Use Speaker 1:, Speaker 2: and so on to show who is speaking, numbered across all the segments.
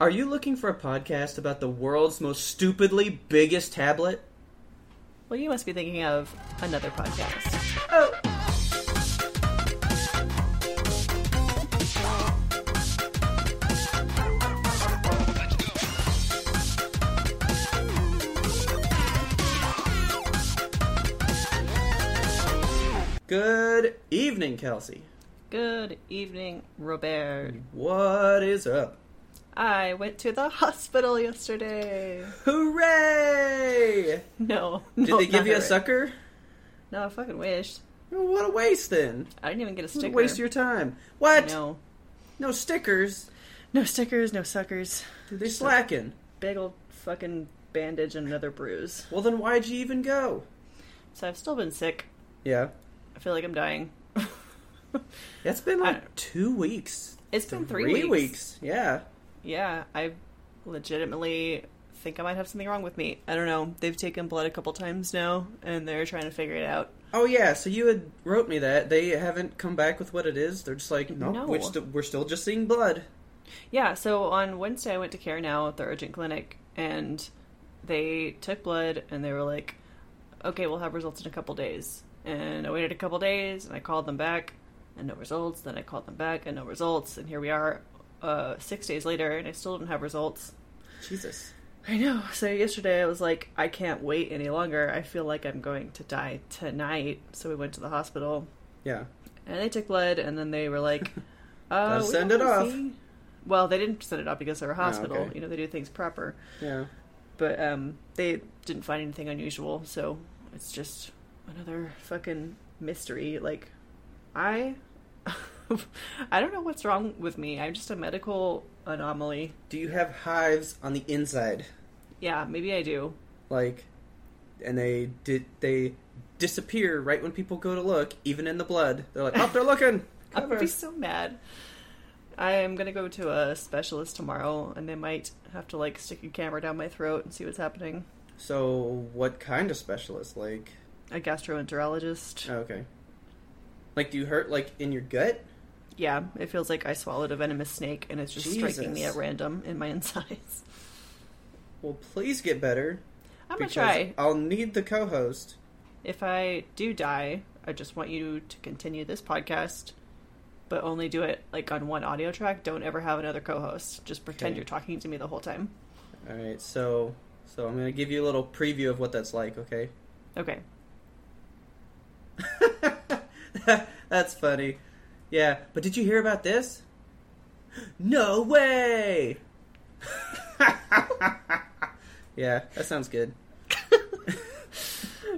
Speaker 1: Are you looking for a podcast about the world's most stupidly biggest tablet?
Speaker 2: Well, you must be thinking of another podcast.
Speaker 1: Good evening, Kelsey.
Speaker 2: Good evening, Robert.
Speaker 1: Mm. What is up?
Speaker 2: I went to the hospital yesterday.
Speaker 1: Hooray!
Speaker 2: No.
Speaker 1: Did they give you a sucker?
Speaker 2: No, I fucking wished.
Speaker 1: What a waste then.
Speaker 2: I didn't even get a
Speaker 1: What a
Speaker 2: sticker.
Speaker 1: waste of your time. What?
Speaker 2: No.
Speaker 1: No stickers.
Speaker 2: No stickers, no suckers.
Speaker 1: They slacking.
Speaker 2: Big old fucking bandage and another bruise.
Speaker 1: Well, then why'd you even go?
Speaker 2: So I've still been sick.
Speaker 1: Yeah.
Speaker 2: I feel like I'm dying.
Speaker 1: It's been
Speaker 2: I-
Speaker 1: like two weeks.
Speaker 2: It's been three weeks.
Speaker 1: weeks. Yeah.
Speaker 2: Yeah, I legitimately think I might have something wrong with me. I don't know. They've taken blood a couple times now, and they're trying to figure it out.
Speaker 1: Oh yeah, so you had wrote me that they haven't come back with what it is. They're just like, no,
Speaker 2: No.
Speaker 1: We're, st- we're still just seeing blood.
Speaker 2: Yeah, so on Wednesday I went to Care Now at the urgent clinic and they took blood and they were like, okay, we'll have results in a couple days. And I waited a couple days and I called them back and no results. Then I called them back and no results. And here we are uh, six days later and I still didn't have results.
Speaker 1: Jesus.
Speaker 2: I know. So yesterday I was like, I can't wait any longer. I feel like I'm going to die tonight. So we went to the hospital
Speaker 1: Yeah.
Speaker 2: and they took blood, and then they were like, uh,
Speaker 1: Gotta
Speaker 2: we
Speaker 1: send
Speaker 2: don't
Speaker 1: it
Speaker 2: wanna
Speaker 1: off. Oh,
Speaker 2: see- Well, they didn't send it off because they're a hospital.
Speaker 1: okay.
Speaker 2: You know, they do things proper.
Speaker 1: Yeah.
Speaker 2: But um, they didn't find anything unusual, so it's just another fucking mystery. Like, I. I don't know what's wrong with me. I'm just a medical anomaly.
Speaker 1: Do you have hives on the inside?
Speaker 2: Yeah, maybe I do.
Speaker 1: Like and they did they disappear right when people go to look, even in the blood. They're like, Oh, they're looking.
Speaker 2: I would
Speaker 1: Cover.
Speaker 2: be so mad. I am gonna go to a specialist tomorrow, and they might have to like stick a camera down my throat and see what's happening.
Speaker 1: So what kind of specialist? Like
Speaker 2: A gastroenterologist.
Speaker 1: oh, okay. Like do you hurt like in your gut?
Speaker 2: Yeah, it feels like I swallowed a venomous snake, and it's just striking me
Speaker 1: Jesus.
Speaker 2: at random in my insides.
Speaker 1: Well please get better.
Speaker 2: I'm gonna
Speaker 1: because
Speaker 2: try.
Speaker 1: I'll need the co host.
Speaker 2: If I do die, I just want you to continue this podcast, but only do it like on one audio track. Don't ever have another co-host. Just pretend
Speaker 1: Okay.
Speaker 2: you're talking to me the whole time.
Speaker 1: All right, so so I'm gonna give you a little preview of what that's like. Okay,
Speaker 2: Okay.
Speaker 1: that's funny. Yeah, but did you hear about this? No way. yeah, that sounds good.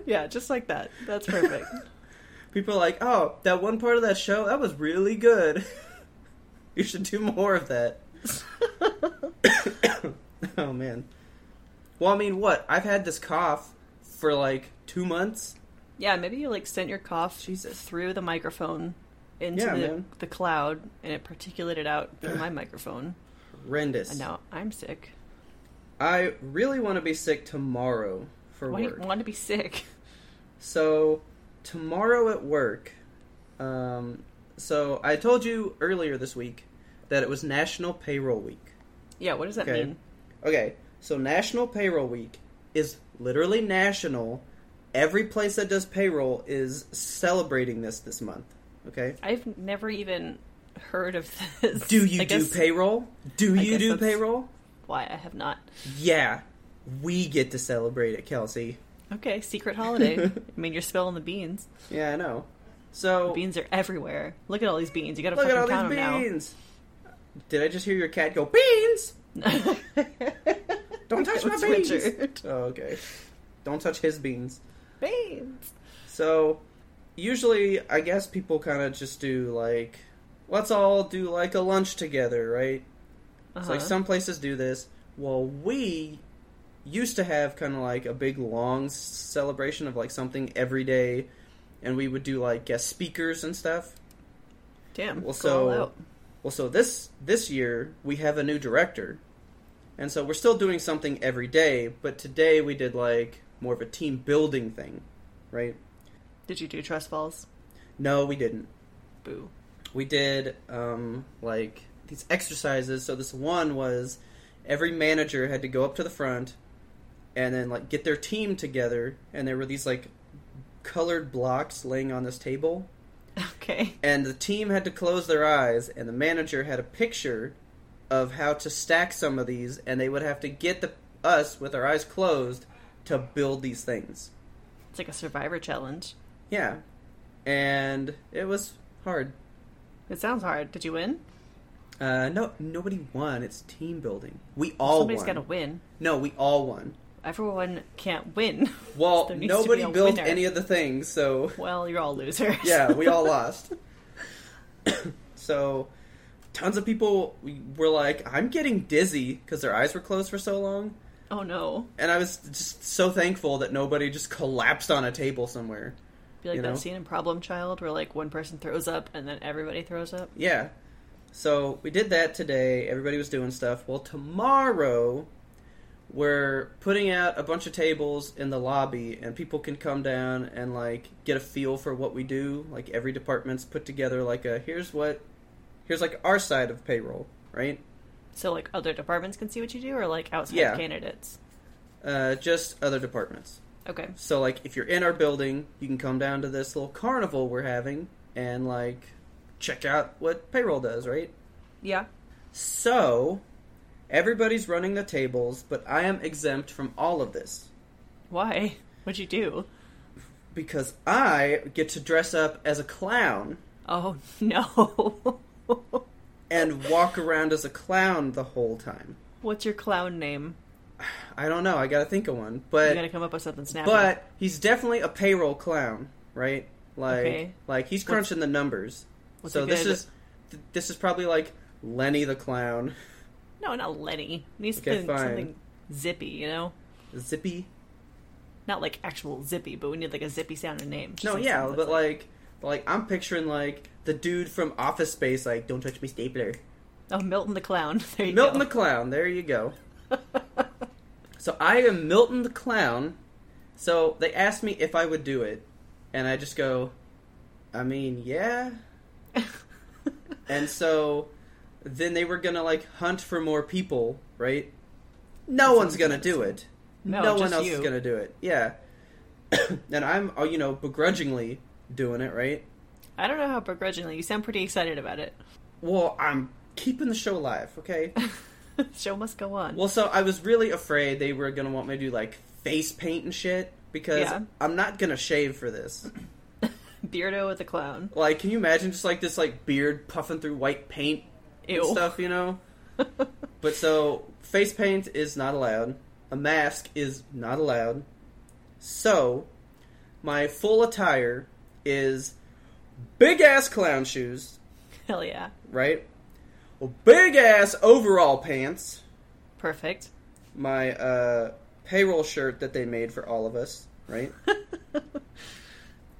Speaker 2: Yeah, just like that. That's perfect.
Speaker 1: People are like, oh, that one part of that show that was really good. you should do more of that. oh man. Well, I mean, what? I've had this cough for like two months.
Speaker 2: Yeah, maybe you like sent your cough
Speaker 1: Jesus.
Speaker 2: through the microphone into
Speaker 1: Yeah,
Speaker 2: the,
Speaker 1: man.
Speaker 2: the cloud and it particulated out through my microphone.
Speaker 1: Horrendous.
Speaker 2: And now I'm sick.
Speaker 1: I really want to be sick tomorrow for
Speaker 2: Why do you
Speaker 1: work.
Speaker 2: want to be sick?
Speaker 1: So tomorrow at work, um, so I told you earlier this week that it was National Payroll Week.
Speaker 2: Yeah, what does that
Speaker 1: Okay.
Speaker 2: mean?
Speaker 1: Okay, so National Payroll Week is literally national. Every place that does payroll is celebrating this this month. Okay.
Speaker 2: I've never even heard of this.
Speaker 1: Do you
Speaker 2: I
Speaker 1: do
Speaker 2: guess
Speaker 1: payroll? Do
Speaker 2: I
Speaker 1: you
Speaker 2: guess
Speaker 1: do
Speaker 2: that's-
Speaker 1: payroll?
Speaker 2: Why I have not.
Speaker 1: Yeah, we get to celebrate it, Kelsey.
Speaker 2: Okay, secret holiday. I mean, you're spilling the beans.
Speaker 1: Yeah, I know. So
Speaker 2: Beans are everywhere. Look at all these beans. You gotta
Speaker 1: Oh. Look at
Speaker 2: fucking
Speaker 1: all
Speaker 2: count
Speaker 1: these
Speaker 2: them
Speaker 1: beans. Did I just hear your cat go beans?
Speaker 2: now.
Speaker 1: Don't touch my
Speaker 2: It's
Speaker 1: beans.
Speaker 2: Richard.
Speaker 1: Oh, okay. Don't touch his beans.
Speaker 2: beans.
Speaker 1: So, usually, I guess people kind of just do like, let's all do like a lunch together, right?
Speaker 2: Uh-huh.
Speaker 1: It's like some places do this. Well, we used to have kind of like a big long s- celebration of like something every day, and we would do like guest speakers and stuff.
Speaker 2: Damn.
Speaker 1: Well,
Speaker 2: go all
Speaker 1: so-
Speaker 2: out.
Speaker 1: Well, so this this year we have a new director, and so we're still doing something every day. But today we did like more of a team building thing, right?
Speaker 2: Did you do trust falls?
Speaker 1: No, we didn't.
Speaker 2: Boo.
Speaker 1: we did um, like these exercises. So this one was every manager had to go up to the front and then like get their team together, and there were these like colored blocks laying on this table,
Speaker 2: Okay.
Speaker 1: and the team had to close their eyes, and the manager had a picture of how to stack some of these, and they would have to get the us with our eyes closed to build these things.
Speaker 2: It's like a survivor challenge.
Speaker 1: Yeah, and it was hard.
Speaker 2: It sounds hard. Did you win?
Speaker 1: Uh, no, nobody won. It's team building. We all
Speaker 2: Somebody's
Speaker 1: won.
Speaker 2: got to win.
Speaker 1: No, we all won.
Speaker 2: Everyone can't win.
Speaker 1: Well,
Speaker 2: There needs to be
Speaker 1: nobody
Speaker 2: a
Speaker 1: built
Speaker 2: winner.
Speaker 1: any of the things, so
Speaker 2: Well, you're all losers.
Speaker 1: yeah, we all lost. so, tons of people were like, "I'm getting dizzy" because their eyes were closed for so long,
Speaker 2: oh no.
Speaker 1: and I was just so thankful that nobody just collapsed on a table somewhere.
Speaker 2: Be like
Speaker 1: You
Speaker 2: that
Speaker 1: know?
Speaker 2: scene in Problem Child where like one person throws up and then everybody throws up.
Speaker 1: Yeah. So we did that today. Everybody was doing stuff. Well, tomorrow we're putting out a bunch of tables in the lobby, and people can come down and like get a feel for what we do. Like every department's put together like a here's what, here's like our side of payroll, right?
Speaker 2: So like other departments can see what you do or like outside
Speaker 1: Yeah.
Speaker 2: candidates.
Speaker 1: Uh, just other departments.
Speaker 2: Okay.
Speaker 1: So like if you're in our building, you can come down to this little carnival we're having and like check out what payroll does, right?
Speaker 2: Yeah.
Speaker 1: So, everybody's running the tables, but I am exempt from all of this
Speaker 2: Why? What'd you do?
Speaker 1: because I get to dress up as a clown
Speaker 2: Oh no.
Speaker 1: and walk around as a clown the whole time.
Speaker 2: What's your clown name?
Speaker 1: I don't know, I got to think of one,
Speaker 2: You gotta
Speaker 1: but
Speaker 2: come up with something snappy.
Speaker 1: but he's definitely a payroll clown, right? Like
Speaker 2: Okay.
Speaker 1: like he's
Speaker 2: What's-
Speaker 1: crunching the numbers.
Speaker 2: what's
Speaker 1: So
Speaker 2: a
Speaker 1: this
Speaker 2: good-
Speaker 1: is th- this is probably like Lenny the clown,
Speaker 2: no, not Lenny. It needs
Speaker 1: Okay,
Speaker 2: to be
Speaker 1: fine.
Speaker 2: something zippy, you know?
Speaker 1: Zippy.
Speaker 2: Not like actual zippy, but we need like a zippy sounding name. Just
Speaker 1: No,
Speaker 2: like
Speaker 1: yeah,
Speaker 2: something
Speaker 1: but
Speaker 2: that's
Speaker 1: like but like I'm picturing like the dude from Office Space like don't touch me stapler.
Speaker 2: Oh, Milton the Clown. There you
Speaker 1: Milton
Speaker 2: go.
Speaker 1: the Clown. There you go. so I am Milton the Clown. So they asked me if I would do it, and I just go, I mean, yeah. and so then they were gonna like hunt for more people, right? No one's gonna do it.
Speaker 2: No,
Speaker 1: one
Speaker 2: just
Speaker 1: else is
Speaker 2: you.
Speaker 1: gonna do it. Yeah. and I'm, oh, you know, begrudgingly doing it, right?
Speaker 2: I don't know how begrudgingly. You sound pretty excited about it.
Speaker 1: Well, I'm keeping the show alive, okay?
Speaker 2: Show must go on.
Speaker 1: Well, so I was really afraid they were gonna want me to do like face paint and shit because
Speaker 2: Yeah.
Speaker 1: I'm not gonna shave for this.
Speaker 2: Beardo with the clown.
Speaker 1: Like, can you imagine just like this like beard puffing through white paint
Speaker 2: Ew.
Speaker 1: and stuff? You know. but so face paint is not allowed. A mask is not allowed. So my full attire is big ass clown shoes,
Speaker 2: Hell yeah.
Speaker 1: right? Well, big ass overall pants.
Speaker 2: Perfect.
Speaker 1: my uh, payroll shirt that they made for all of us, right?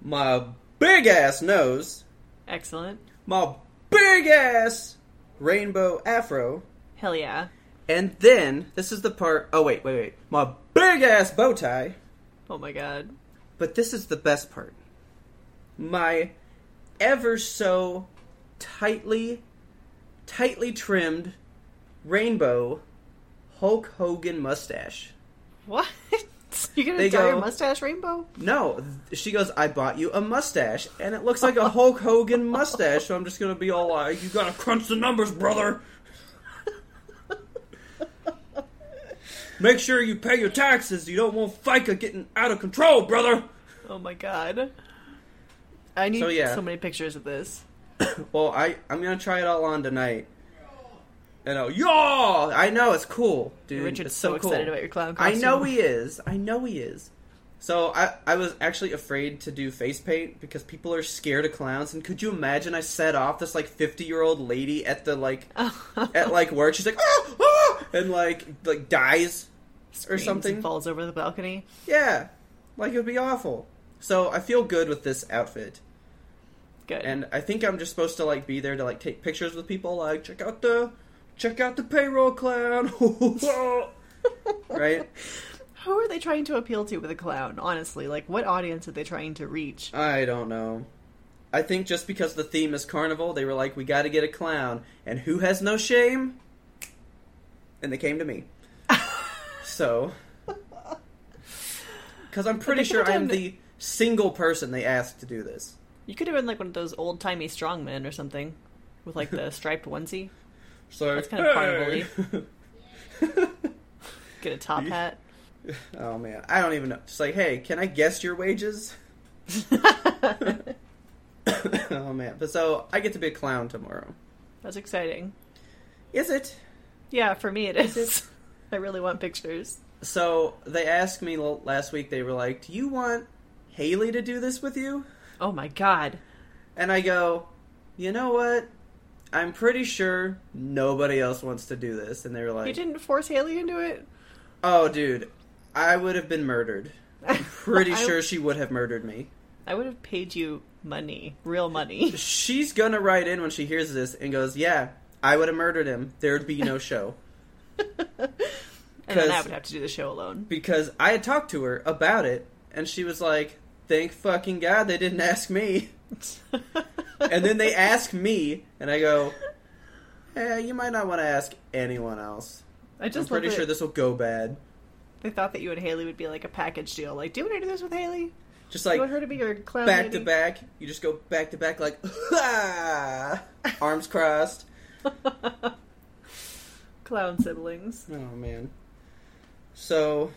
Speaker 1: my big ass nose,
Speaker 2: Excellent.
Speaker 1: my big ass rainbow afro,
Speaker 2: Hell yeah.
Speaker 1: and then this is the part. Oh wait, wait, wait. My big ass bow tie,
Speaker 2: Oh my god.
Speaker 1: but this is the best part. My ever so tightly, tightly trimmed rainbow Hulk Hogan mustache.
Speaker 2: What? You're gonna
Speaker 1: They
Speaker 2: dye your
Speaker 1: go-
Speaker 2: mustache rainbow?
Speaker 1: No, th- she goes, I bought you a mustache, and it looks like a Hulk Hogan mustache, so I'm just gonna be all like, you gotta crunch the numbers, brother! Make sure you pay your taxes, you don't want FICA getting out of control, brother!
Speaker 2: Oh my god. I need
Speaker 1: So,
Speaker 2: so,
Speaker 1: yeah.
Speaker 2: many pictures of this.
Speaker 1: Well, I, I'm gonna try it all on tonight. And oh, yaw! I know, it's cool, dude.
Speaker 2: Richard's
Speaker 1: it's
Speaker 2: so,
Speaker 1: so, cool.
Speaker 2: excited about your clown
Speaker 1: I
Speaker 2: costume.
Speaker 1: know he is. I know he is. So I, I was actually afraid to do face paint because people are scared of clowns. And could you imagine? I set off this like fifty year old lady at the like at like work. She's like ah, ah! and like like dies or
Speaker 2: Screams
Speaker 1: something.
Speaker 2: and falls over the balcony.
Speaker 1: Yeah, like it would be awful. So I feel good with this outfit,
Speaker 2: Good.
Speaker 1: and I think I'm just supposed to like be there to like take pictures with people. Like check out the check out the payroll clown, right?
Speaker 2: Who are they trying to appeal to with a clown? Honestly, like what audience are they trying to reach?
Speaker 1: I don't know. I think just because the theme is carnival, they were like, we got to get a clown, and who has no shame? And they came to me. so, because I'm pretty
Speaker 2: they
Speaker 1: sure
Speaker 2: could've
Speaker 1: I'm
Speaker 2: done-
Speaker 1: the single person they asked to do this.
Speaker 2: You could have been like one of those old timey strongmen or something, with like the striped onesie,
Speaker 1: So
Speaker 2: That's kinda
Speaker 1: hey!
Speaker 2: get a top
Speaker 1: Ye-
Speaker 2: hat.
Speaker 1: oh man, I don't even know. Just like, hey, can I guess your wages? oh man, but so I get to be a clown tomorrow.
Speaker 2: That's exciting.
Speaker 1: Is it?
Speaker 2: Yeah, for me it is. I really want pictures.
Speaker 1: So they asked me l- last week. They were like, "Do you want Haley to do this with you?"
Speaker 2: Oh my god.
Speaker 1: And I go, "You know what? I'm pretty sure nobody else wants to do this." And they were
Speaker 2: You
Speaker 1: like,
Speaker 2: didn't force Haley into it?
Speaker 1: "Oh, dude, I would have been murdered. I'm pretty
Speaker 2: I-
Speaker 1: sure she would have murdered me."
Speaker 2: I would have paid you money, real money.
Speaker 1: She's gonna write in when she hears this and goes, "Yeah, I would have murdered him. There'd be no show."
Speaker 2: And then I
Speaker 1: 'Cause-
Speaker 2: would have to do the show alone.
Speaker 1: because I had talked to her about it, and she was like, "Thank fucking god they didn't ask me." and then they ask me, and I go, "Eh, you might not want to ask anyone else."
Speaker 2: I just
Speaker 1: I'm pretty
Speaker 2: love that
Speaker 1: sure this will go bad.
Speaker 2: They thought that you and Haley would be like a package deal. Like, do you want to do this with Haley?
Speaker 1: Just
Speaker 2: you
Speaker 1: like
Speaker 2: want her to be your clown
Speaker 1: back
Speaker 2: lady?
Speaker 1: to back, you just go back to back, like "Ah, arms crossed.
Speaker 2: Clown siblings.
Speaker 1: Oh man. So,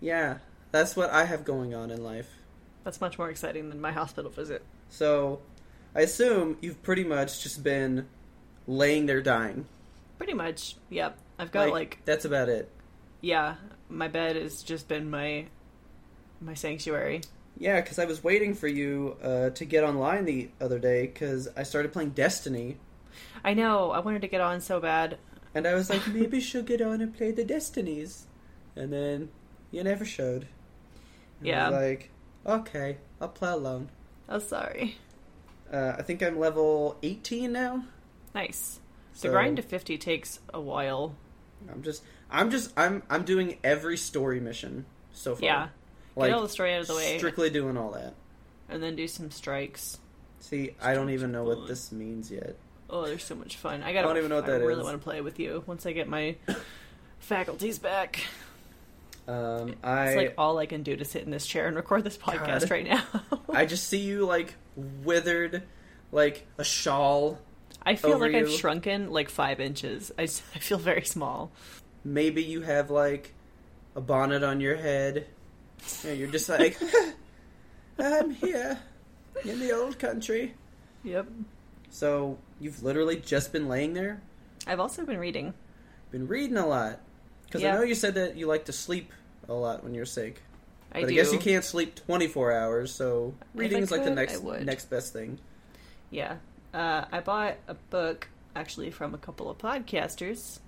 Speaker 1: yeah, that's what I have going on in life.
Speaker 2: That's much more exciting than my hospital visit.
Speaker 1: So, I assume you've pretty much just been laying there dying.
Speaker 2: Pretty much, yep. I've got like
Speaker 1: that's about it.
Speaker 2: yeah, my bed has just been my my sanctuary.
Speaker 1: Yeah, because I was waiting for you uh, to get online the other day because I started playing Destiny,
Speaker 2: I know, I wanted to get on so bad.
Speaker 1: and I was like, maybe she'll get on and play the Destinies, and then you never showed. And I
Speaker 2: Yeah.
Speaker 1: was like, okay, I'll play alone.
Speaker 2: Oh sorry.
Speaker 1: Uh, I think I'm level 18 now.
Speaker 2: Nice.
Speaker 1: So
Speaker 2: the grind to fifty takes a while.
Speaker 1: I'm just, I'm just, I'm, I'm doing every story mission so far.
Speaker 2: Yeah.
Speaker 1: like
Speaker 2: get all the story out of the way
Speaker 1: strictly doing all that.
Speaker 2: and then do some strikes.
Speaker 1: See, I don't even know what
Speaker 2: fun.
Speaker 1: this means yet.
Speaker 2: Oh, they're so much fun. I gotta
Speaker 1: I don't even know what that
Speaker 2: really
Speaker 1: is.
Speaker 2: want to play with you once I get my faculties back.
Speaker 1: Um, I
Speaker 2: It's like all I can do to sit in this chair and record this podcast
Speaker 1: God.
Speaker 2: right now.
Speaker 1: I just see you like withered, like a shawl.
Speaker 2: I feel
Speaker 1: over
Speaker 2: like I've
Speaker 1: you.
Speaker 2: shrunken like five inches. I, s- I feel very small.
Speaker 1: Maybe you have like a bonnet on your head. And you're just like, I'm here in the old country.
Speaker 2: Yep.
Speaker 1: So you've literally just been laying there,
Speaker 2: I've also been reading.
Speaker 1: been reading a lot. Because I
Speaker 2: Yeah.
Speaker 1: know you said that you like to sleep a lot when you're sick.
Speaker 2: I
Speaker 1: but
Speaker 2: do.
Speaker 1: I guess you can't sleep 24 hours, so
Speaker 2: I
Speaker 1: reading is like the
Speaker 2: could, I
Speaker 1: next
Speaker 2: would.
Speaker 1: next best thing.
Speaker 2: Yeah. Uh, I bought a book actually from a couple of podcasters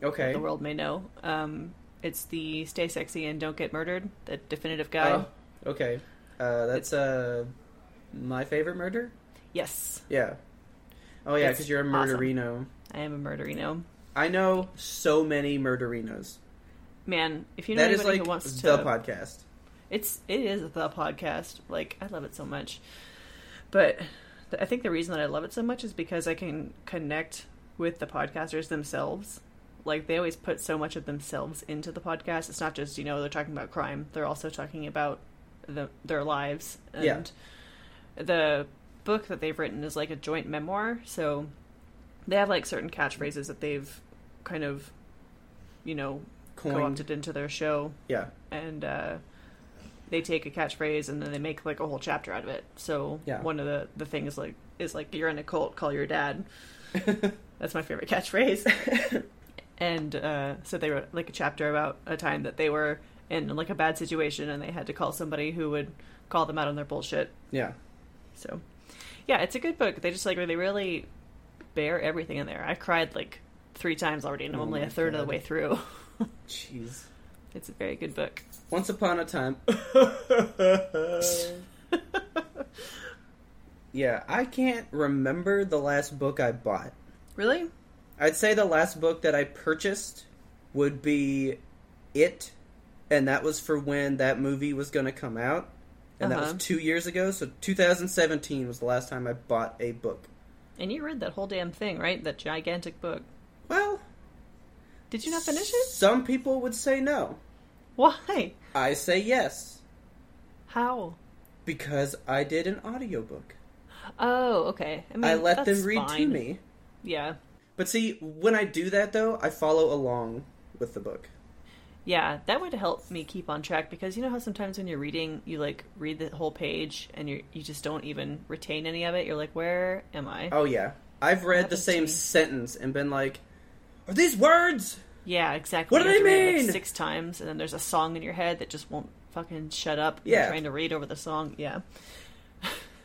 Speaker 2: that
Speaker 1: Okay.
Speaker 2: the world may know. Um, it's the Stay Sexy and Don't Get Murdered, the definitive guide.
Speaker 1: Oh, okay. Uh, that's uh, my favorite murder.
Speaker 2: Yes,
Speaker 1: Yeah. Oh yeah,
Speaker 2: It's
Speaker 1: because you're a
Speaker 2: awesome.
Speaker 1: murderino.
Speaker 2: I am a murderino.
Speaker 1: I know so many murderinos.
Speaker 2: Man, if you know
Speaker 1: That is
Speaker 2: anybody
Speaker 1: like
Speaker 2: who wants to
Speaker 1: the podcast.
Speaker 2: It's it is the podcast. Like I love it so much, but th- I think the reason that I love it so much is because I can connect with the podcasters themselves. Like they always put so much of themselves into the podcast. It's not just you know they're talking about crime. They're also talking about the, their lives and
Speaker 1: Yeah.
Speaker 2: the book that they've written is like a joint memoir. So they have like certain catchphrases that they've kind of you know
Speaker 1: Coined.
Speaker 2: co-opted into their show
Speaker 1: Yeah.
Speaker 2: and uh, they take a catchphrase and then they make like a whole chapter out of it. So
Speaker 1: Yeah.
Speaker 2: one of the the things like is like you're in a cult, call your dad. That's my favorite catchphrase. and uh, so they wrote like a chapter about a time that they were in like a bad situation and they had to call somebody who would call them out on their bullshit.
Speaker 1: Yeah.
Speaker 2: So, yeah, it's a good book. They just like they really bear everything in there. I cried like three times already, and I'm
Speaker 1: Oh
Speaker 2: only
Speaker 1: my
Speaker 2: a third of
Speaker 1: God.
Speaker 2: the way through.
Speaker 1: Jeez.
Speaker 2: it's a very good book.
Speaker 1: Once upon a time. yeah, I can't remember the last book I bought.
Speaker 2: Really?
Speaker 1: I'd say the last book that I purchased would be It, and that was for when that movie was going to come out. And that
Speaker 2: Uh-huh.
Speaker 1: was two years ago, so 2017 was the last time I bought a book.
Speaker 2: And you read that whole damn thing, right? That gigantic book.
Speaker 1: Well,
Speaker 2: Did you not finish it?
Speaker 1: Some people would say no.
Speaker 2: Why?
Speaker 1: I say yes,
Speaker 2: How?
Speaker 1: because I did an audiobook.
Speaker 2: Oh, okay. I, mean,
Speaker 1: I let
Speaker 2: that's
Speaker 1: them read to
Speaker 2: fine.
Speaker 1: me.
Speaker 2: Yeah,
Speaker 1: But see, when I do that though, I follow along with the book.
Speaker 2: yeah. That would help me keep on track because you know how sometimes when you're reading, you like read the whole page and you you just don't even retain any of it. You're like, where am I?
Speaker 1: Oh yeah. I've read the
Speaker 2: Happens to
Speaker 1: same
Speaker 2: me.
Speaker 1: sentence and been like, "Are these words?"
Speaker 2: Yeah, exactly.
Speaker 1: What do
Speaker 2: You have
Speaker 1: they
Speaker 2: to read it, like,
Speaker 1: mean?
Speaker 2: six times, and then there's a song in your head that just won't fucking shut up.
Speaker 1: Yeah.
Speaker 2: You're trying to read over the song. Yeah.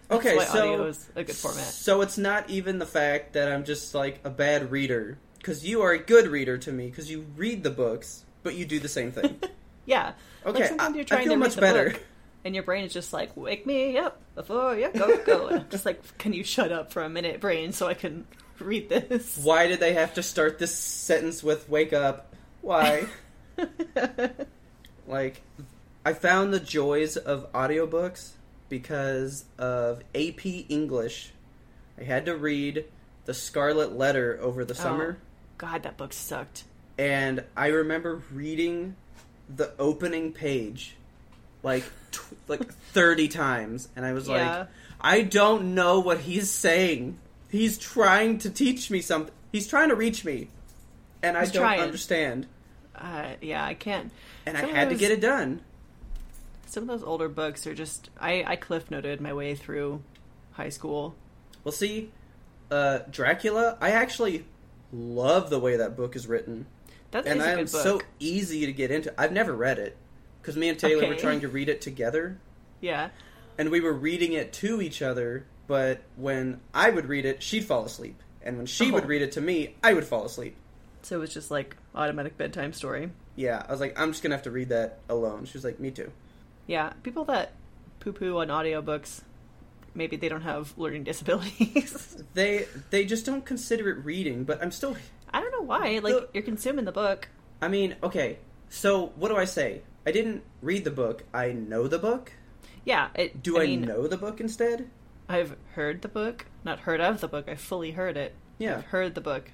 Speaker 1: Okay,
Speaker 2: why
Speaker 1: so
Speaker 2: audio is a good format.
Speaker 1: So it's not even the fact that I'm just like a bad reader cuz you are a good reader to me cuz you read the books, but you do the same thing.
Speaker 2: Yeah.
Speaker 1: Okay,
Speaker 2: Like sometimes
Speaker 1: I-
Speaker 2: you're
Speaker 1: I
Speaker 2: trying
Speaker 1: feel
Speaker 2: to read
Speaker 1: much
Speaker 2: the
Speaker 1: better.
Speaker 2: book, and your brain is just like, "Wake me up before you go go." And I'm just like, "Can you shut up for a minute, brain, so I can read this?"
Speaker 1: Why did they have to start this sentence with wake up? Why? like I found the joys of audiobooks because of AP English. I had to read The Scarlet Letter over
Speaker 2: Oh.
Speaker 1: the summer
Speaker 2: God, that book sucked.
Speaker 1: and I remember reading the opening page like tw- like 30 times and I was
Speaker 2: Yeah.
Speaker 1: like I don't know what he's saying. He's trying to teach me something. He's trying to reach me and I
Speaker 2: He's
Speaker 1: don't
Speaker 2: trying.
Speaker 1: understand.
Speaker 2: Uh, yeah, I can't.
Speaker 1: And
Speaker 2: Some
Speaker 1: I
Speaker 2: of
Speaker 1: had to
Speaker 2: those-
Speaker 1: get it done.
Speaker 2: Some of those older books are just. I I cliff noted my way through high school.
Speaker 1: Well, see, uh, Dracula, I actually love the way that book is written.
Speaker 2: That's
Speaker 1: and
Speaker 2: a
Speaker 1: I'm
Speaker 2: good book.
Speaker 1: so easy to get into. I've never read it because me and Taylor were
Speaker 2: Okay.
Speaker 1: trying to read it together,
Speaker 2: Yeah.
Speaker 1: and we were reading it to each other. But when I would read it, she'd fall asleep, and when she
Speaker 2: Oh.
Speaker 1: would read it to me, I would fall asleep.
Speaker 2: So it was just like automatic bedtime story.
Speaker 1: Yeah, I was like, I'm just gonna have to read that alone. She was like, Me too.
Speaker 2: Yeah, people that poo poo on audiobooks, maybe they don't have learning disabilities.
Speaker 1: They they just don't consider it reading, but I'm still
Speaker 2: I don't know why. Like,
Speaker 1: The-
Speaker 2: you're consuming the book.
Speaker 1: I mean, okay. So what do I say? I didn't read the book. I know the book.
Speaker 2: Yeah. It,
Speaker 1: Do I,
Speaker 2: mean,
Speaker 1: know the book instead?
Speaker 2: I've heard the book. Not heard of the book. I fully heard it.
Speaker 1: Yeah,
Speaker 2: I've heard the book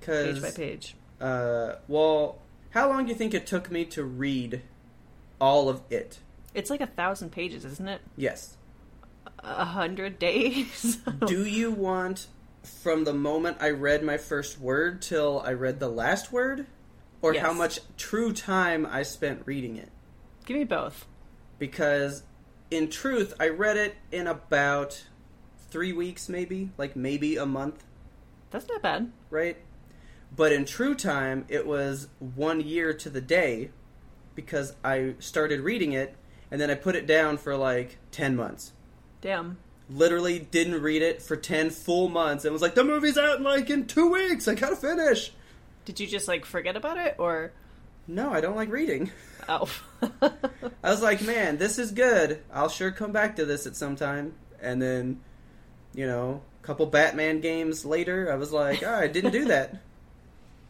Speaker 2: page by
Speaker 1: because
Speaker 2: page.
Speaker 1: uh, well, how long do you think it took me to read all of it?
Speaker 2: It's like a thousand pages, isn't it?
Speaker 1: Yes.
Speaker 2: A hundred days.
Speaker 1: Do you want from the moment I read my first word till I read the last word, or how
Speaker 2: Yes.
Speaker 1: much true time I spent reading it?
Speaker 2: Give me both.
Speaker 1: Because in truth, I read it in about three weeks, maybe like maybe a month.
Speaker 2: That's not bad.
Speaker 1: right? But in true time, it was one year to the day because I started reading it and then I put it down for like 10 months.
Speaker 2: Damn.
Speaker 1: Literally didn't read it for 10 full months and was like, the movie's out like in two weeks. I gotta finish.
Speaker 2: Did you just like forget about it or?
Speaker 1: No, I don't like reading.
Speaker 2: Oh.
Speaker 1: Uh, I was like, man, this is good. I'll sure come back to this at some time. And then, you know, a couple Batman games later, I was like, oh, I didn't do that.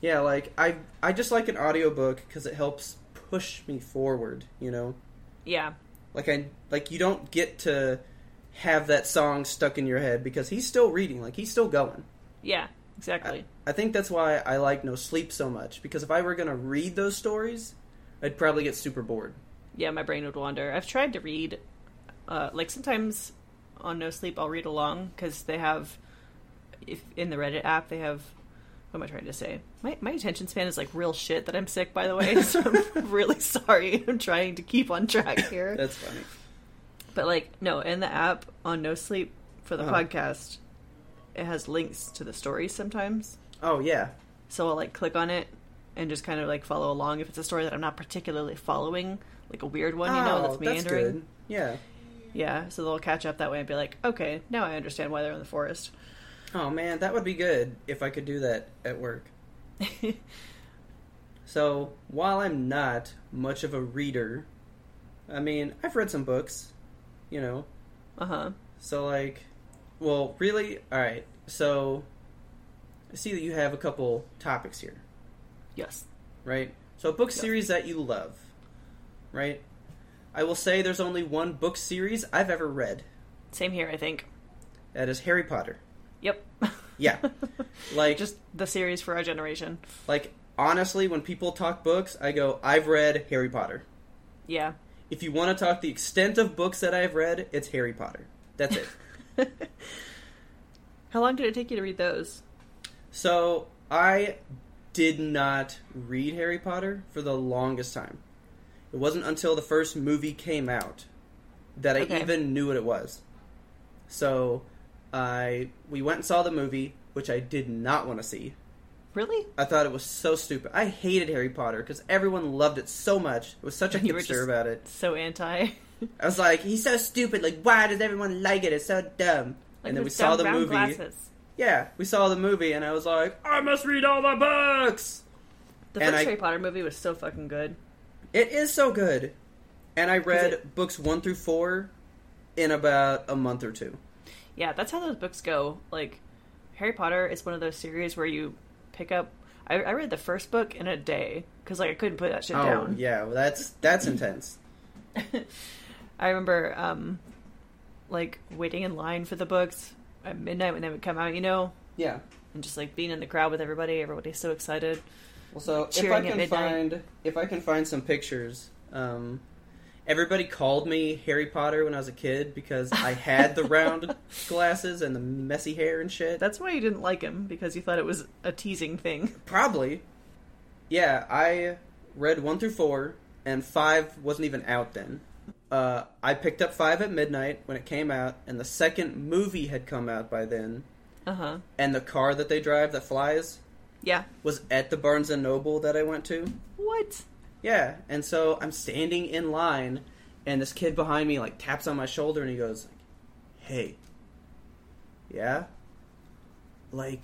Speaker 1: yeah, like I I just like an audiobook cuz it helps push me forward, you know.
Speaker 2: yeah.
Speaker 1: Like I like you don't get to have that song stuck in your head because he's still reading, like he's still going.
Speaker 2: Yeah.
Speaker 1: I,
Speaker 2: Exactly.
Speaker 1: I think that's why I like No Sleep so much because if I were going to read those stories, I'd probably get super bored.
Speaker 2: yeah, my brain would wander. I've tried to read, uh, like sometimes on no sleep, I'll read along because they have, if in the Reddit app, they have. What am I trying to say? My my attention span is like real shit. That I'm sick, by the way. So I'm really sorry. I'm trying to keep on track here.
Speaker 1: That's funny.
Speaker 2: But like, no, in the app on no sleep for the
Speaker 1: Uh-huh.
Speaker 2: podcast, it has links to the stories sometimes.
Speaker 1: Oh yeah.
Speaker 2: So I'll like click on it, and just kind of like follow along if it's a story that I'm not particularly following, like a weird one, you know, that's meandering.
Speaker 1: Oh, good. Yeah.
Speaker 2: Yeah, so they'll catch up that way and be like, okay, now I understand why they're in the forest.
Speaker 1: Oh man, that would be good if I could do that at work. So while I'm not much of a reader, I mean I've read some books, you know.
Speaker 2: uh huh.
Speaker 1: So like, well, really, all right. So I see that you have a couple topics here,
Speaker 2: Yes.
Speaker 1: right? So a book
Speaker 2: Yeah.
Speaker 1: series that you love, right? I will say there's only one book series I've ever read.
Speaker 2: Same here, I think.
Speaker 1: That is Harry Potter.
Speaker 2: Yep.
Speaker 1: Yeah. Like
Speaker 2: Just the series for our generation.
Speaker 1: Like honestly, when people talk books, I go, "I've read Harry Potter."
Speaker 2: Yeah.
Speaker 1: If you want to talk the extent of books that I've read, it's Harry Potter. That's it.
Speaker 2: How long did it take you to read those?
Speaker 1: so, I did not read Harry Potter for the longest time. It wasn't until the first movie came out that I
Speaker 2: Okay.
Speaker 1: even knew what it was. So, I we went and saw the movie, which I did not want to see.
Speaker 2: Really?
Speaker 1: I thought it was so stupid. I hated Harry Potter because everyone loved it so much. It was such a
Speaker 2: You were
Speaker 1: hipster
Speaker 2: just-
Speaker 1: about it.
Speaker 2: So anti.
Speaker 1: I was like, he's so stupid. Like, why does everyone like it? It's so dumb. and then we saw the movie. Yeah, we saw the movie, and I was like, I must read all the books.
Speaker 2: The
Speaker 1: And
Speaker 2: first
Speaker 1: I-
Speaker 2: Harry Potter movie was so fucking good.
Speaker 1: It is so good. And I read
Speaker 2: it-
Speaker 1: books one through four in about a month or two.
Speaker 2: Yeah, that's how those books go. Like, Harry Potter is one of those series where you pick up. I, I read the first book in a day because like I couldn't put that
Speaker 1: Oh,
Speaker 2: shit down.
Speaker 1: yeah, well, that's that's intense.
Speaker 2: I remember um, like waiting in line for the books at midnight when they would come out, you know,
Speaker 1: Yeah.
Speaker 2: and just like being in the crowd with everybody. Everybody's so excited.
Speaker 1: Well, so if I
Speaker 2: Cheering at
Speaker 1: can
Speaker 2: midnight.
Speaker 1: find if I can find some pictures, um, everybody called me Harry Potter when I was a kid because I had the round glasses and the messy hair and shit.
Speaker 2: That's why you didn't like him because you thought it was a teasing thing.
Speaker 1: Probably. Yeah, I read one through four, and five wasn't even out then. Uh, I picked up five at midnight when it came out, and the second movie had come out by then.
Speaker 2: Uh huh.
Speaker 1: And the car that they drive that flies
Speaker 2: Yeah.
Speaker 1: was at the Barnes and Noble that I went to.
Speaker 2: What?
Speaker 1: Yeah, and so I'm standing in line, and this kid behind me like taps on my shoulder, and he goes, "Hey, yeah, like,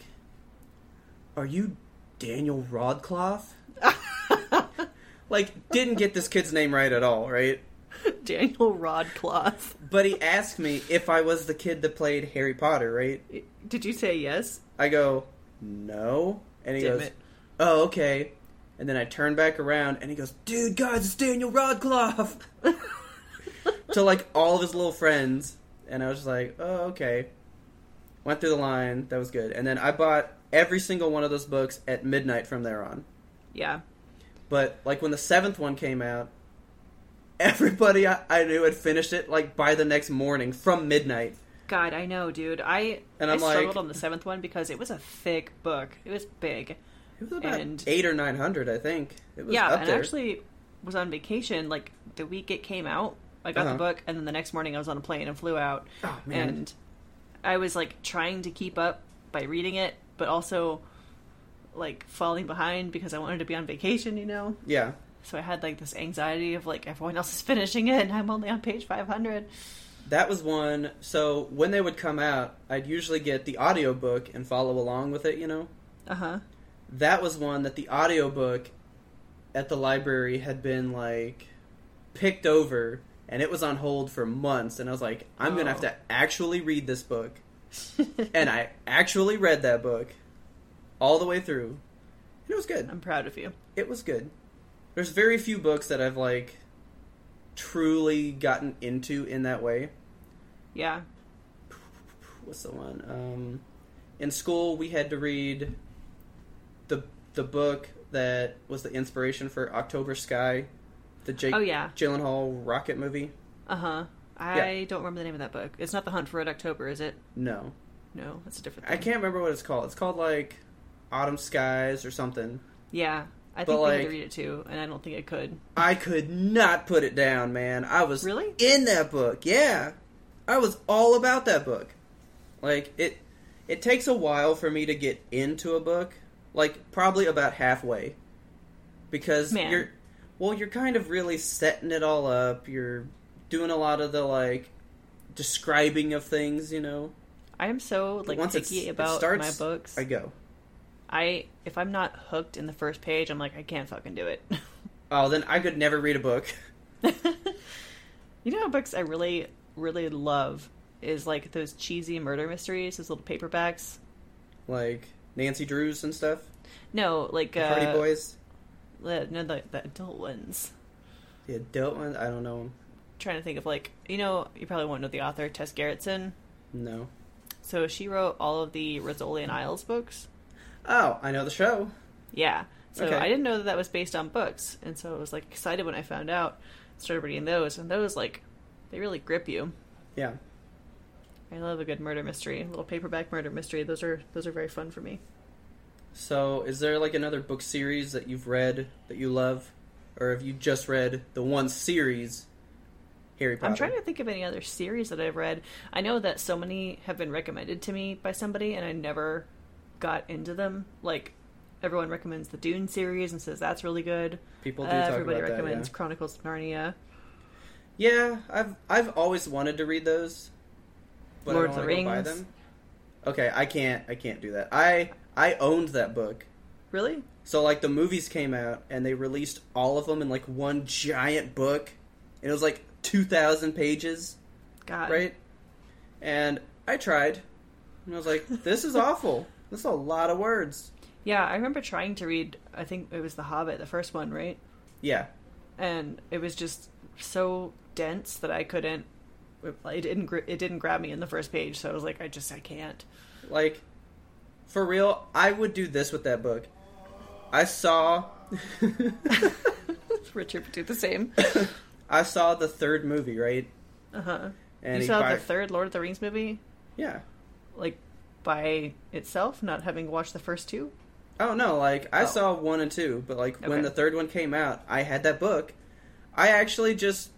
Speaker 1: are you Daniel Rodcloth?" like, didn't get this kid's name right at all, right?
Speaker 2: Daniel Rodcloth.
Speaker 1: But he asked me if I was the kid that played Harry Potter, right?
Speaker 2: Did you say yes?
Speaker 1: I go, no. And he
Speaker 2: Damn
Speaker 1: goes,
Speaker 2: it.
Speaker 1: oh, okay. And then I turn back around and he goes, dude, guys, it's Daniel Rodcloth. to like all of his little friends. And I was just like, oh, okay. Went through the line. That was good. And then I bought every single one of those books at midnight from there on.
Speaker 2: Yeah.
Speaker 1: But like when the seventh one came out, everybody I, I knew had finished it like by the next morning from midnight.
Speaker 2: God, I know, dude. I
Speaker 1: And
Speaker 2: I
Speaker 1: I'm like-
Speaker 2: struggled on the seventh one because it was a thick book. It was big.
Speaker 1: It was about
Speaker 2: And-
Speaker 1: eight or nine hundred, I think. It was
Speaker 2: yeah,
Speaker 1: up
Speaker 2: and I
Speaker 1: there.
Speaker 2: actually was on vacation like the week it came out. I got
Speaker 1: Uh-huh.
Speaker 2: the book, and then the next morning I was on a plane and flew out.
Speaker 1: Oh, man.
Speaker 2: And I was like trying to keep up by reading it, but also like falling behind because I wanted to be on vacation, you know.
Speaker 1: yeah.
Speaker 2: So I had like this anxiety of like everyone else is finishing it and I'm only on page 500.
Speaker 1: That was one. So when they would come out, I'd usually get the audiobook and follow along with it, you know?
Speaker 2: Uh huh.
Speaker 1: That was one that the audiobook at the library had been like picked over and it was on hold for months and I was like, I'm going to have
Speaker 2: Oh.
Speaker 1: to actually read this book. and I actually read that book all the way through. And it was good.
Speaker 2: I'm proud of you.
Speaker 1: It was good. There's very few books that I've like truly gotten into in that way.
Speaker 2: Yeah.
Speaker 1: what's the one? Um, in school, we had to read the the book that was the inspiration for October Sky, the Jake
Speaker 2: Oh, yeah.
Speaker 1: Gyllenhaal rocket movie.
Speaker 2: Uh huh. I don't remember the name of that book. It's not The Hunt for Red October, is it?
Speaker 1: No,
Speaker 2: No, that's a different
Speaker 1: I
Speaker 2: thing.
Speaker 1: can't remember what it's called. It's called like Autumn Skies or something.
Speaker 2: Yeah. I
Speaker 1: But,
Speaker 2: think we had to
Speaker 1: like-
Speaker 2: read it too, and I don't think it could.
Speaker 1: I could not put it down, man. I was
Speaker 2: Really?
Speaker 1: in that book. Yeah, I was all about that book. Like it, it takes a while for me to get into a book. Like probably about halfway. because
Speaker 2: Man.
Speaker 1: you're well, you're kind of really setting it all up. You're doing a lot of the like describing of things, you know.
Speaker 2: I am so like
Speaker 1: Once it's-
Speaker 2: picky
Speaker 1: it
Speaker 2: about my
Speaker 1: starts,
Speaker 2: books.
Speaker 1: I
Speaker 2: I...
Speaker 1: go.
Speaker 2: if I'm not hooked in the first page, I'm like I can't fucking do it.
Speaker 1: Oh, then I could never read a book.
Speaker 2: you know, what books I really really love is like those cheesy murder mysteries, those little paperbacks.
Speaker 1: Like Nancy Drews and stuff.
Speaker 2: No, like
Speaker 1: The
Speaker 2: uh,
Speaker 1: Hardy Boys.
Speaker 2: The, no, the, the adult ones.
Speaker 1: The adult one. I don't know.
Speaker 2: trying to think of like you know you probably won't know the author Tess Gerritsen.
Speaker 1: No.
Speaker 2: So she wrote all of the Rizzoli and Isles books.
Speaker 1: Oh, I know the show.
Speaker 2: Yeah. So
Speaker 1: Okay.
Speaker 2: I didn't know that that was based on books, and so I was like excited when I found out. Started reading those, and those like they really grip you.
Speaker 1: Yeah.
Speaker 2: I love a good murder mystery, a little paperback murder mystery. Those are those are very fun for me.
Speaker 1: So, is there like another book series that you've read that you love, or have you just read the one series, Harry Potter?
Speaker 2: I'm trying to think of any other series that I've read. I know that so many have been recommended to me by somebody, and I never got into them. Like everyone recommends the Dune series and says that's really good.
Speaker 1: People
Speaker 2: Uh,
Speaker 1: do talk
Speaker 2: everybody
Speaker 1: about
Speaker 2: recommends
Speaker 1: that.
Speaker 2: Chronicles of Narnia,
Speaker 1: Yeah. yeah, I've I've always wanted to read those, but
Speaker 2: Lord
Speaker 1: I
Speaker 2: of
Speaker 1: don't
Speaker 2: the
Speaker 1: wanna go buy
Speaker 2: Rings.
Speaker 1: them. Okay, I can't I can't do that. I I owned that book.
Speaker 2: Really?
Speaker 1: So like the movies came out and they released all of them in like one giant book, and it was like two thousand pages.
Speaker 2: God.
Speaker 1: right? And I tried. And I was like, this is awful. This is a lot of words.
Speaker 2: Yeah, I remember trying to read, I think it was The Hobbit, the first one, right?
Speaker 1: Yeah.
Speaker 2: And it was just so dense that I couldn't. It didn't. gr- It didn't grab me in the first page, so I was like, I just, I can't.
Speaker 1: Like, for real, I would do this with that book. I saw.
Speaker 2: Richard would do the same.
Speaker 1: I saw the third movie, right?
Speaker 2: Uh huh.
Speaker 1: And
Speaker 2: You
Speaker 1: he
Speaker 2: saw
Speaker 1: buy-
Speaker 2: the third Lord of the Rings movie,
Speaker 1: Yeah.
Speaker 2: like by itself, not having watched the first two.
Speaker 1: Oh no, like I
Speaker 2: Oh.
Speaker 1: saw one and two, but like when
Speaker 2: Okay.
Speaker 1: the third one came out, I had that book. I actually just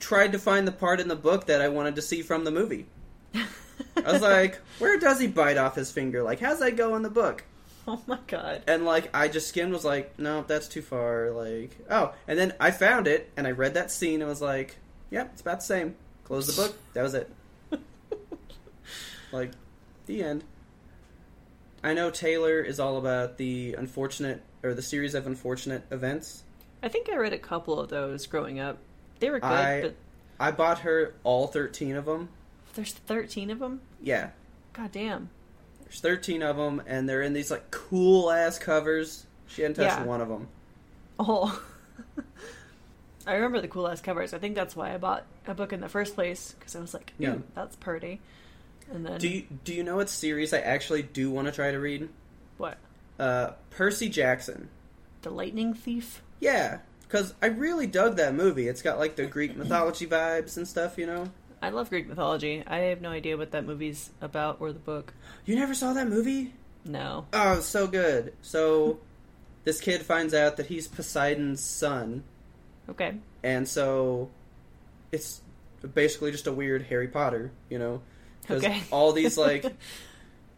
Speaker 1: tried to find the part in the book that I wanted to see from the movie. I was like, where does he bite off his finger? Like, how's that go in the book?
Speaker 2: oh my god.
Speaker 1: and like I just skimmed was like, no, that's too far. Like, oh, and then I found it and I read that scene and was like, yep, it's about the same. Close the book. That was it. like, the end. I know Taylor is all about the unfortunate or the series of unfortunate events.
Speaker 2: I think I read a couple of those growing up. They were good,
Speaker 1: I-
Speaker 2: but
Speaker 1: I bought her all thirteen of them.
Speaker 2: there's 13 of them.
Speaker 1: Yeah,
Speaker 2: God damn.
Speaker 1: there's thirteen of them, and they're in these like cool ass covers. She hadn't touched
Speaker 2: Yeah.
Speaker 1: one of them.
Speaker 2: Oh. I remember the cool ass covers. I think that's why I bought a book in the first place because I was like,
Speaker 1: Yeah.
Speaker 2: yeah, that's pretty. And then
Speaker 1: Do you do you know what series I actually do want to try to read?
Speaker 2: what?
Speaker 1: uh, Percy Jackson.
Speaker 2: The Lightning Thief.
Speaker 1: Yeah, because I really dug that movie. It's got like the Greek mythology vibes and stuff, you know?
Speaker 2: I love Greek mythology. I have no idea what that movie's about or the book.
Speaker 1: You never saw that movie?
Speaker 2: No.
Speaker 1: Oh, it's so good. So, this kid finds out that he's Poseidon's son,
Speaker 2: Okay.
Speaker 1: and so it's basically just a weird Harry Potter, you know? Because
Speaker 2: Okay.
Speaker 1: all these, like,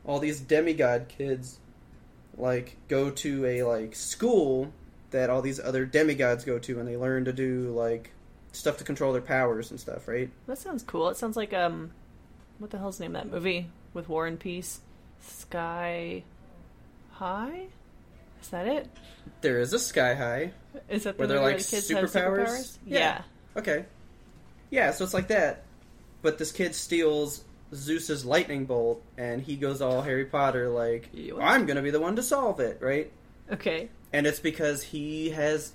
Speaker 1: all these demigod kids, like, go to a, like, school that all these other demigods go to, and they learn to do, like, stuff to control their powers and stuff, right?
Speaker 2: That sounds cool. It sounds like um, what the hell's the name of that movie with War and Peace? Sky High. Is that it?
Speaker 1: There is a sky high.
Speaker 2: Is that the
Speaker 1: Where they're,
Speaker 2: movie
Speaker 1: like,
Speaker 2: the kids have
Speaker 1: superpowers?
Speaker 2: superpowers?
Speaker 1: Yeah.
Speaker 2: yeah.
Speaker 1: Okay. Yeah, so it's like that. But this kid steals Zeus's lightning bolt and he goes all Harry Potter like
Speaker 2: You-
Speaker 1: I'm going to be the one to solve it, right?
Speaker 2: Okay.
Speaker 1: And it's because he has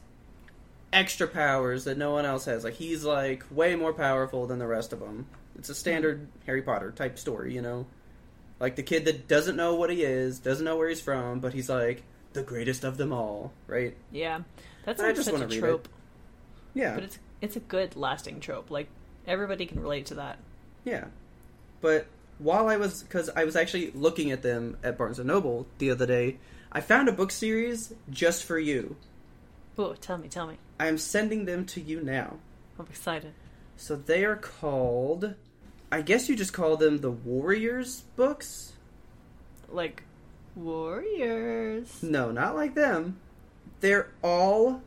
Speaker 1: extra powers that no one else has. Like he's like way more powerful than the rest of them. It's a standard Harry Potter type story, you know. Like the kid that doesn't know what he is, doesn't know where he's from, but he's like the greatest of them all, right?
Speaker 2: Yeah. That's
Speaker 1: I
Speaker 2: like
Speaker 1: just
Speaker 2: such
Speaker 1: wanna
Speaker 2: a
Speaker 1: read it.
Speaker 2: trope.
Speaker 1: Yeah.
Speaker 2: but it's it's a good lasting trope. Like everybody can relate to that.
Speaker 1: Yeah, but while I was because I was actually looking at them at Barnes and Noble the other day, I found a book series just for you.
Speaker 2: Oh, tell me, tell me.
Speaker 1: I am sending them to you now.
Speaker 2: I'm excited.
Speaker 1: So they are called, I guess you just call them the Warriors books.
Speaker 2: Like warriors.
Speaker 1: Mm. No, not like them. They're all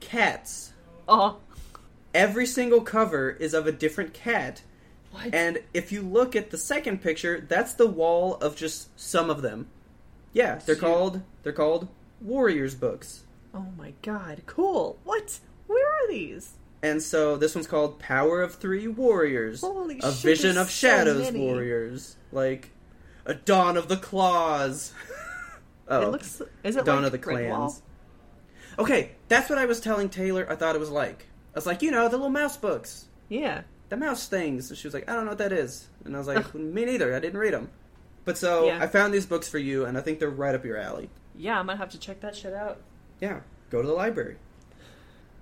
Speaker 1: cats.
Speaker 2: Oh,
Speaker 1: Every single cover is of a different cat.
Speaker 2: what?
Speaker 1: And if you look at the second picture, that's the wall of just some of them. Yeah, they're
Speaker 2: Shoot.
Speaker 1: called they're called Warriors books.
Speaker 2: oh my god, cool. What? Where are these?
Speaker 1: And so this one's called Power of Three Warriors.
Speaker 2: Holy
Speaker 1: a
Speaker 2: shit,
Speaker 1: Vision
Speaker 2: there's
Speaker 1: of
Speaker 2: so
Speaker 1: Shadows
Speaker 2: many.
Speaker 1: Warriors. Like a Dawn of the Claws. oh.
Speaker 2: It looks. Is it
Speaker 1: Dawn
Speaker 2: like
Speaker 1: of the
Speaker 2: Grinwall?
Speaker 1: Clans. Okay, that's what I was telling Taylor I thought it was like. I was like, you know, the little mouse books.
Speaker 2: Yeah.
Speaker 1: the mouse things. And she was like, I don't know what that is. And I was like, me neither. I didn't read them. But so
Speaker 2: Yeah.
Speaker 1: I found these books for you, and I think they're right up your alley.
Speaker 2: Yeah, I'm gonna have to check that shit out.
Speaker 1: Yeah, go to the library.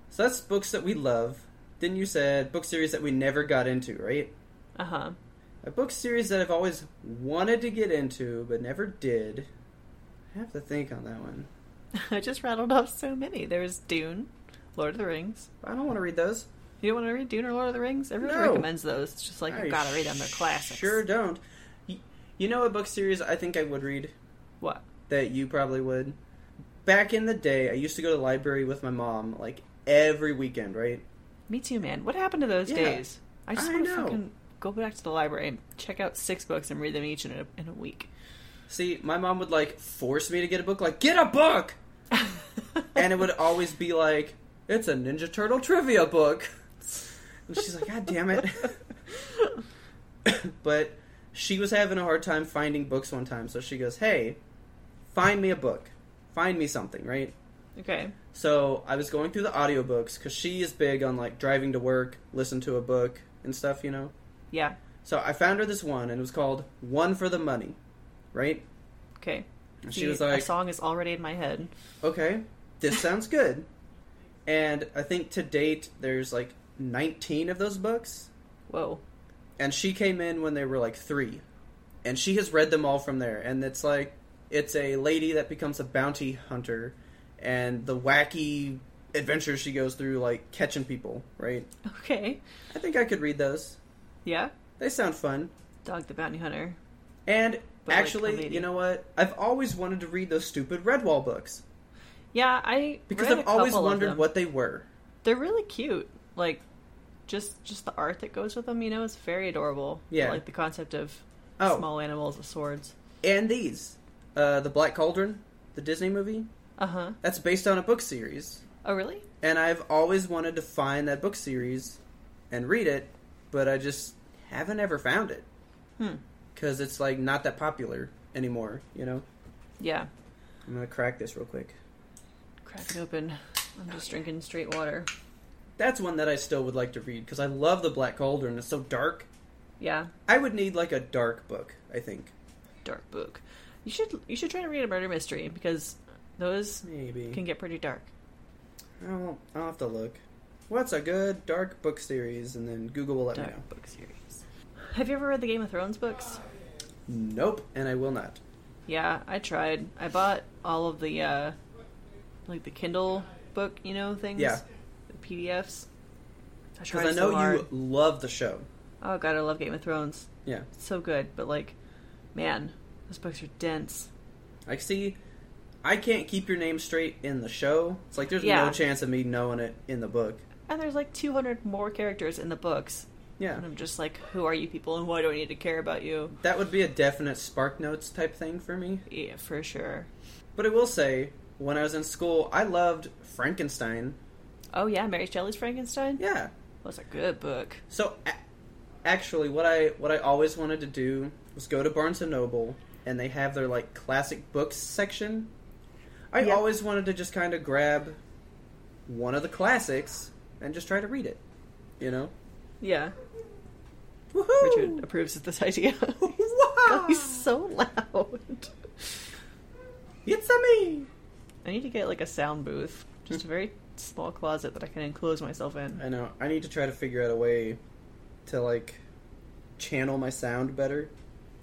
Speaker 1: So that's books that we love. Then you said book series that we never got into, right?
Speaker 2: Uh huh.
Speaker 1: A book series that I've always wanted to get into but never did. I have to think on that one.
Speaker 2: I just rattled off so many. There's Dune, Lord of the Rings.
Speaker 1: I don't want to read those.
Speaker 2: You don't want to read Dune or Lord of the Rings? Everyone
Speaker 1: No.
Speaker 2: recommends those. It's just like you
Speaker 1: I
Speaker 2: gotta read them. They're classics.
Speaker 1: Sure don't. Y- You know a book series I think I would read?
Speaker 2: What?
Speaker 1: that you probably would. Back in the day, I used to go to the library with my mom like every weekend, right?
Speaker 2: Me too, man. What happened to those
Speaker 1: Yeah.
Speaker 2: days? I just
Speaker 1: I
Speaker 2: want to
Speaker 1: know.
Speaker 2: fucking go back to the library and check out six books and read them each in a, in a week.
Speaker 1: See, my mom would like force me to get a book, like, get a book! And it would always be like, it's a Ninja Turtle trivia book. And she's like, God damn it. but she was having a hard time finding books one time, so she goes, hey, find me a book. Find me something, right?
Speaker 2: okay.
Speaker 1: So I was going through the audiobooks because she is big on like driving to work, listen to a book and stuff, you know?
Speaker 2: Yeah.
Speaker 1: So I found her this one, and it was called "One for the Money," right?
Speaker 2: Okay.
Speaker 1: And she
Speaker 2: See,
Speaker 1: was like,
Speaker 2: a song is already in my head.
Speaker 1: "Okay, this sounds good." And I think to date, there's like 19 of those books,
Speaker 2: Whoa.
Speaker 1: and she came in when they were like three, and she has read them all from there. And it's like it's a lady that becomes a bounty hunter, and the wacky adventures she goes through, like catching people. Right?
Speaker 2: Okay.
Speaker 1: I think I could read those.
Speaker 2: Yeah.
Speaker 1: They sound fun.
Speaker 2: Dog the Bounty Hunter.
Speaker 1: And
Speaker 2: But, like,
Speaker 1: actually,
Speaker 2: comedy.
Speaker 1: you know what? I've always wanted to read those stupid Redwall books
Speaker 2: Yeah, I
Speaker 1: because
Speaker 2: read
Speaker 1: I've
Speaker 2: a
Speaker 1: always
Speaker 2: couple of
Speaker 1: wondered
Speaker 2: them.
Speaker 1: what they were.
Speaker 2: they're really cute. Like just just the art that goes with them, you know, is very adorable.
Speaker 1: Yeah.
Speaker 2: Like the concept of
Speaker 1: Oh.
Speaker 2: small animals with swords.
Speaker 1: And these, uh, the Black Cauldron, the Disney movie,
Speaker 2: Uh huh.
Speaker 1: that's based on a book series,
Speaker 2: Oh really?
Speaker 1: and I've always wanted to find that book series and read it, but I just haven't ever found it
Speaker 2: Hmm.
Speaker 1: because it's like not that popular anymore. You know,
Speaker 2: Yeah.
Speaker 1: I'm gonna crack this real quick.
Speaker 2: Crack it open. I'm just drinking straight water.
Speaker 1: That's one that I still would like to read because I love the Black Cauldron. It's so dark.
Speaker 2: Yeah.
Speaker 1: I would need like a dark book. I think
Speaker 2: Dark book. You should you should try to read a murder mystery because those
Speaker 1: maybe.
Speaker 2: can get pretty dark.
Speaker 1: I'll, I'll have to look. What's a good dark book series? And then Google will let
Speaker 2: Dark
Speaker 1: me know.
Speaker 2: book series. Have you ever read the Game of Thrones books?
Speaker 1: Nope, and I will not.
Speaker 2: Yeah, I tried. I bought all of the uh like the Kindle book, you know, things.
Speaker 1: Yeah.
Speaker 2: The PDFs. I tried
Speaker 1: Because I
Speaker 2: so
Speaker 1: know
Speaker 2: hard.
Speaker 1: you love the show.
Speaker 2: Oh god, I love Game of Thrones.
Speaker 1: Yeah.
Speaker 2: It's so good, but like man, those books are dense.
Speaker 1: I see, I can't keep your name straight in the show. It's like there's
Speaker 2: Yeah.
Speaker 1: no chance of me knowing it in the book.
Speaker 2: And there's like 200 more characters in the books.
Speaker 1: Yeah.
Speaker 2: And I'm just like, who are you people and why do I need to care about you?
Speaker 1: That would be a definite Spark Notes type thing for me.
Speaker 2: Yeah, for sure.
Speaker 1: But I will say, when I was in school, I loved Frankenstein.
Speaker 2: Oh yeah, Mary Shelley's Frankenstein?
Speaker 1: Yeah.
Speaker 2: That's a good book.
Speaker 1: So, a- actually, what I what I always wanted to do was go to Barnes and Noble, and they have their like classic books section. I
Speaker 2: Yeah.
Speaker 1: always wanted to just kind of grab one of the classics and just try to read it. You know,
Speaker 2: Yeah. Richard
Speaker 1: woohoo!
Speaker 2: approves of this idea.
Speaker 1: Wow!
Speaker 2: He's so loud.
Speaker 1: It's a me.
Speaker 2: I need to get like a sound booth, just a very small closet that I can enclose myself in.
Speaker 1: I know. I need to try to figure out a way to like channel my sound better.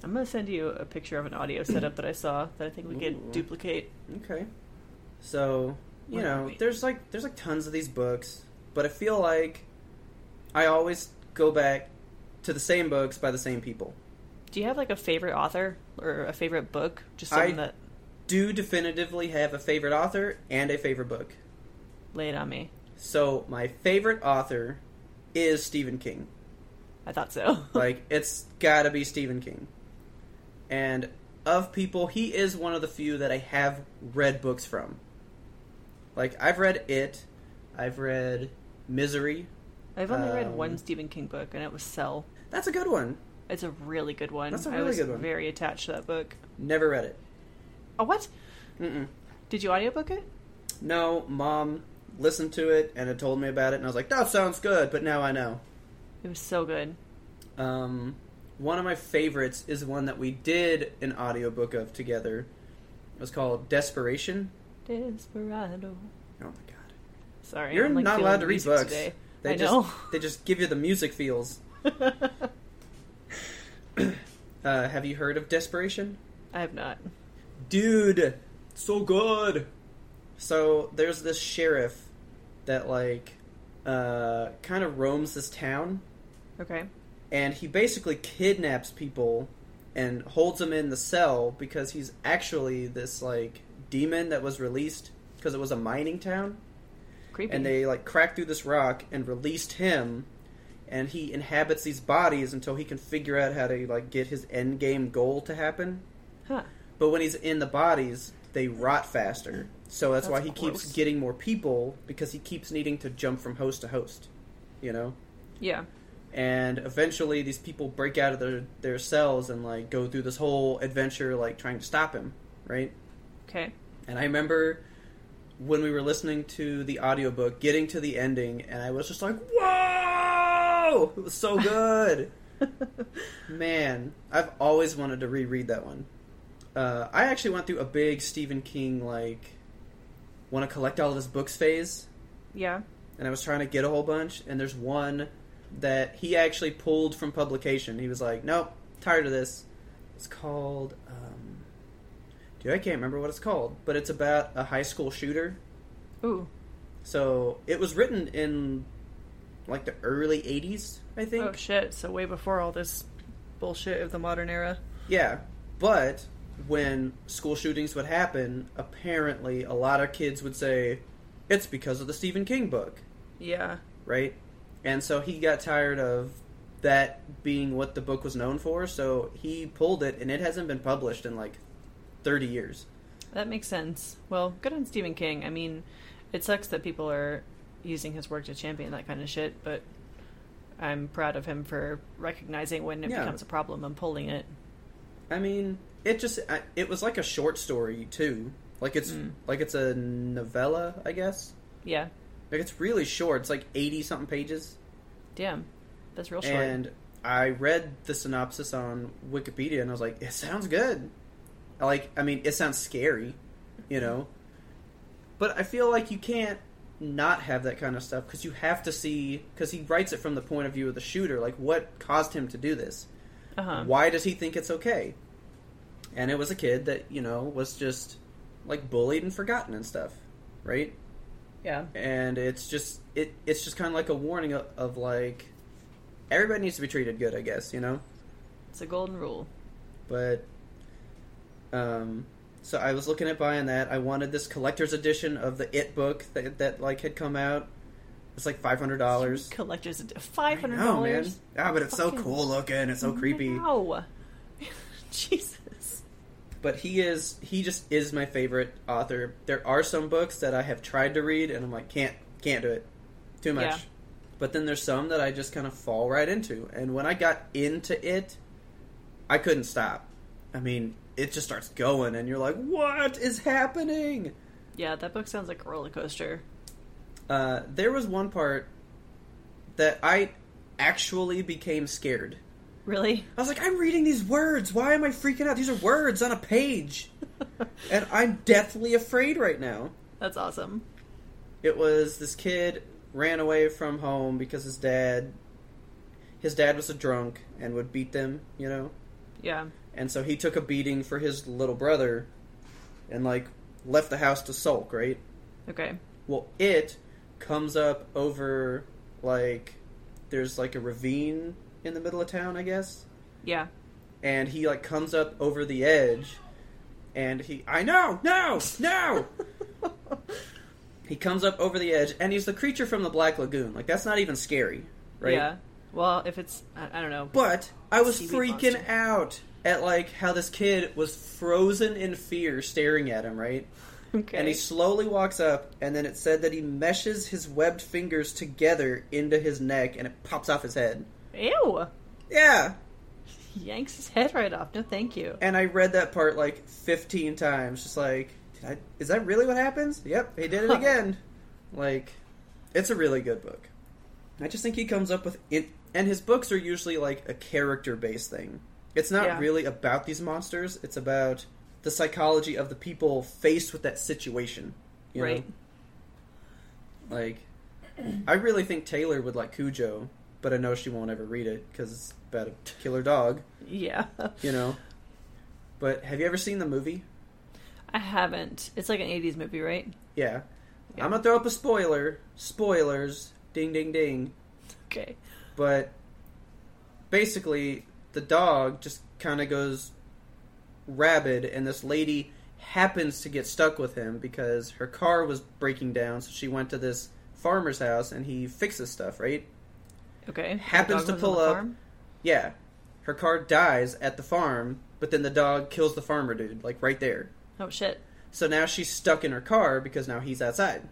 Speaker 2: I'm gonna send you a picture of an audio setup that I saw that I think we
Speaker 1: Ooh.
Speaker 2: could duplicate.
Speaker 1: Okay. So, you
Speaker 2: Wait,
Speaker 1: know,
Speaker 2: wait.
Speaker 1: there's like there's like tons of these books, but I feel like I always go back to the same books by the same people.
Speaker 2: Do you have like a favorite author or a favorite book? Just
Speaker 1: I-
Speaker 2: something that
Speaker 1: Do definitively have a favorite author and a favorite book.
Speaker 2: lay it on me.
Speaker 1: So my favorite author is Stephen King.
Speaker 2: I thought so.
Speaker 1: Like it's got to be Stephen King. And of people, he is one of the few that I have read books from. Like I've read It, I've read Misery.
Speaker 2: I've only read
Speaker 1: um,
Speaker 2: one Stephen King book, and it was Cell.
Speaker 1: That's a good one.
Speaker 2: It's a really good one.
Speaker 1: That's a
Speaker 2: I
Speaker 1: really
Speaker 2: was
Speaker 1: good one.
Speaker 2: very attached to that book.
Speaker 1: Never read it.
Speaker 2: Oh, what?
Speaker 1: Mm-mm.
Speaker 2: Did you audiobook it?
Speaker 1: No, mom listened to it and had told me about it, and I was like, that sounds good, but now I know.
Speaker 2: It was so good.
Speaker 1: Um, one of my favorites is one that we did an audiobook of together. It was called Desperation.
Speaker 2: Desperado.
Speaker 1: Oh my god.
Speaker 2: Sorry,
Speaker 1: You're
Speaker 2: I'm, like,
Speaker 1: not
Speaker 2: feeling
Speaker 1: allowed to
Speaker 2: the
Speaker 1: read
Speaker 2: music
Speaker 1: books.
Speaker 2: Today.
Speaker 1: They
Speaker 2: I
Speaker 1: just
Speaker 2: know.
Speaker 1: they just give you the music feels. Uh, have you heard of Desperation?
Speaker 2: I have not.
Speaker 1: dude so good so there's this sheriff that like uh kind of roams this town
Speaker 2: Okay.
Speaker 1: and he basically kidnaps people and holds them in the cell because he's actually this like demon that was released because it was a mining town
Speaker 2: Creepy.
Speaker 1: and they like cracked through this rock and released him and he inhabits these bodies until he can figure out how to like get his end game goal to happen
Speaker 2: Huh.
Speaker 1: but when he's in the bodies, they rot faster. So that's, why
Speaker 2: That's
Speaker 1: he
Speaker 2: gross.
Speaker 1: keeps getting more people because he keeps needing to jump from host to host, you know.
Speaker 2: Yeah.
Speaker 1: And eventually, these people break out of their their cells and like go through this whole adventure, like trying to stop him, right?
Speaker 2: Okay.
Speaker 1: And I remember when we were listening to the audiobook, getting to the ending, and I was just like, "Whoa! It was so good." Man, I've always wanted to reread that one. Uh, I actually went through a big Stephen King like want to collect all of his books phase,
Speaker 2: yeah.
Speaker 1: and I was trying to get a whole bunch. And there's one that he actually pulled from publication. He was like, "Nope, tired of this." It's called, um, dude, I can't remember what it's called, but it's about a high school shooter.
Speaker 2: Ooh.
Speaker 1: So it was written in like the early '80s, I think.
Speaker 2: Oh shit. So way before all this bullshit of the modern era.
Speaker 1: Yeah, but when school shootings would happen, apparently a lot of kids would say it's because of the Stephen King book,
Speaker 2: Yeah.
Speaker 1: right? And so he got tired of that being what the book was known for, so he pulled it, and it hasn't been published in like 30 years.
Speaker 2: That makes sense. Well, good on Stephen King. I mean, it sucks that people are using his work to champion that kind of shit, but I'm proud of him for recognizing when it
Speaker 1: Yeah.
Speaker 2: becomes a problem and pulling it.
Speaker 1: I mean, it just I- it was like a short story too, like it's like it's a novella, I guess.
Speaker 2: Yeah.
Speaker 1: Like it's really short; it's like 80 something pages.
Speaker 2: Damn. That's real short.
Speaker 1: and I read the synopsis on Wikipedia, and I was like, it sounds good. I Like, I mean, it sounds scary, you know. But I feel like you can't not have that kind of stuff because you have to see because he writes it from the point of view of the shooter. Like, what caused him to do this?
Speaker 2: uh-huh.
Speaker 1: Why does he think it's okay? And it was a kid that you know was just like bullied and forgotten and stuff, right?
Speaker 2: Yeah.
Speaker 1: and it's just it it's just kind of like a warning of, of like everybody needs to be treated good, I guess, you know.
Speaker 2: It's a golden rule.
Speaker 1: But um, so I was looking at buying that. I wanted this collector's edition of the It book that that like had come out. It's like five hundred dollars.
Speaker 2: Collectors five hundred
Speaker 1: No man,
Speaker 2: dollars.
Speaker 1: ah, but it's so
Speaker 2: Fucking-
Speaker 1: cool looking. It's so creepy.
Speaker 2: Wow. Jesus.
Speaker 1: But he is he just is my favorite author. There are some books that I have tried to read and I'm like can't can't do it. Too much.
Speaker 2: Yeah.
Speaker 1: But then there's some that I just kind of fall right into. And when I got into it, I couldn't stop. I mean, it just starts going and you're like, "What is happening?"
Speaker 2: Yeah, that book sounds like a roller coaster.
Speaker 1: Uh, there was one part that I actually became scared.
Speaker 2: Really?
Speaker 1: I was like, I'm reading these words. Why am I freaking out? These are words on a page. and I'm deathly afraid right now.
Speaker 2: That's awesome.
Speaker 1: It was this kid ran away from home because his dad his dad was a drunk and would beat them, you know.
Speaker 2: Yeah.
Speaker 1: And so he took a beating for his little brother and like left the house to sulk, right?
Speaker 2: Okay.
Speaker 1: Well, it comes up over like there's like a ravine in the middle of town, I guess.
Speaker 2: Yeah.
Speaker 1: and he like comes up over the edge and he I know, no, no. He comes up over the edge, and he's the creature from the Black Lagoon. Like that's not even scary, right?
Speaker 2: Yeah. Well, if it's I, I don't know.
Speaker 1: But I was
Speaker 2: Seaweed
Speaker 1: freaking
Speaker 2: monster.
Speaker 1: out at like how this kid was frozen in fear, staring at him. Right.
Speaker 2: okay.
Speaker 1: And he slowly walks up, and then it said that he meshes his webbed fingers together into his neck, and it pops off his head.
Speaker 2: Ew.
Speaker 1: Yeah,
Speaker 2: He yanks his head right off. No, thank you.
Speaker 1: and I read that part like fifteen times, just like, did I, is that really what happens? Yep, he did it again. like, it's a really good book. I just think he comes up with it, and his books are usually like a character-based thing. It's not
Speaker 2: Yeah.
Speaker 1: really about these monsters; it's about the psychology of the people faced with that situation. You know?
Speaker 2: right.
Speaker 1: Like, I really think Taylor would like Cujo, but I know she won't ever read it because it's about a killer dog,
Speaker 2: Yeah.
Speaker 1: you know. But have you ever seen the movie?
Speaker 2: I haven't. It's like an '80s movie, right?
Speaker 1: Yeah.
Speaker 2: Yeah.
Speaker 1: I'm gonna throw up a spoiler. Spoilers. Ding, ding, ding.
Speaker 2: Okay.
Speaker 1: But basically, the dog just kind of goes rabid, and this lady happens to get stuck with him because her car was breaking down, so she went to this farmer's house and he fixes stuff, right?
Speaker 2: Okay. The
Speaker 1: Happens
Speaker 2: dog
Speaker 1: to
Speaker 2: was on
Speaker 1: pull
Speaker 2: the
Speaker 1: up.
Speaker 2: farm?
Speaker 1: Yeah. Her car dies at the farm, but then the dog kills the farmer dude, like right there.
Speaker 2: Oh shit.
Speaker 1: So now she's stuck in her car because now he's outside.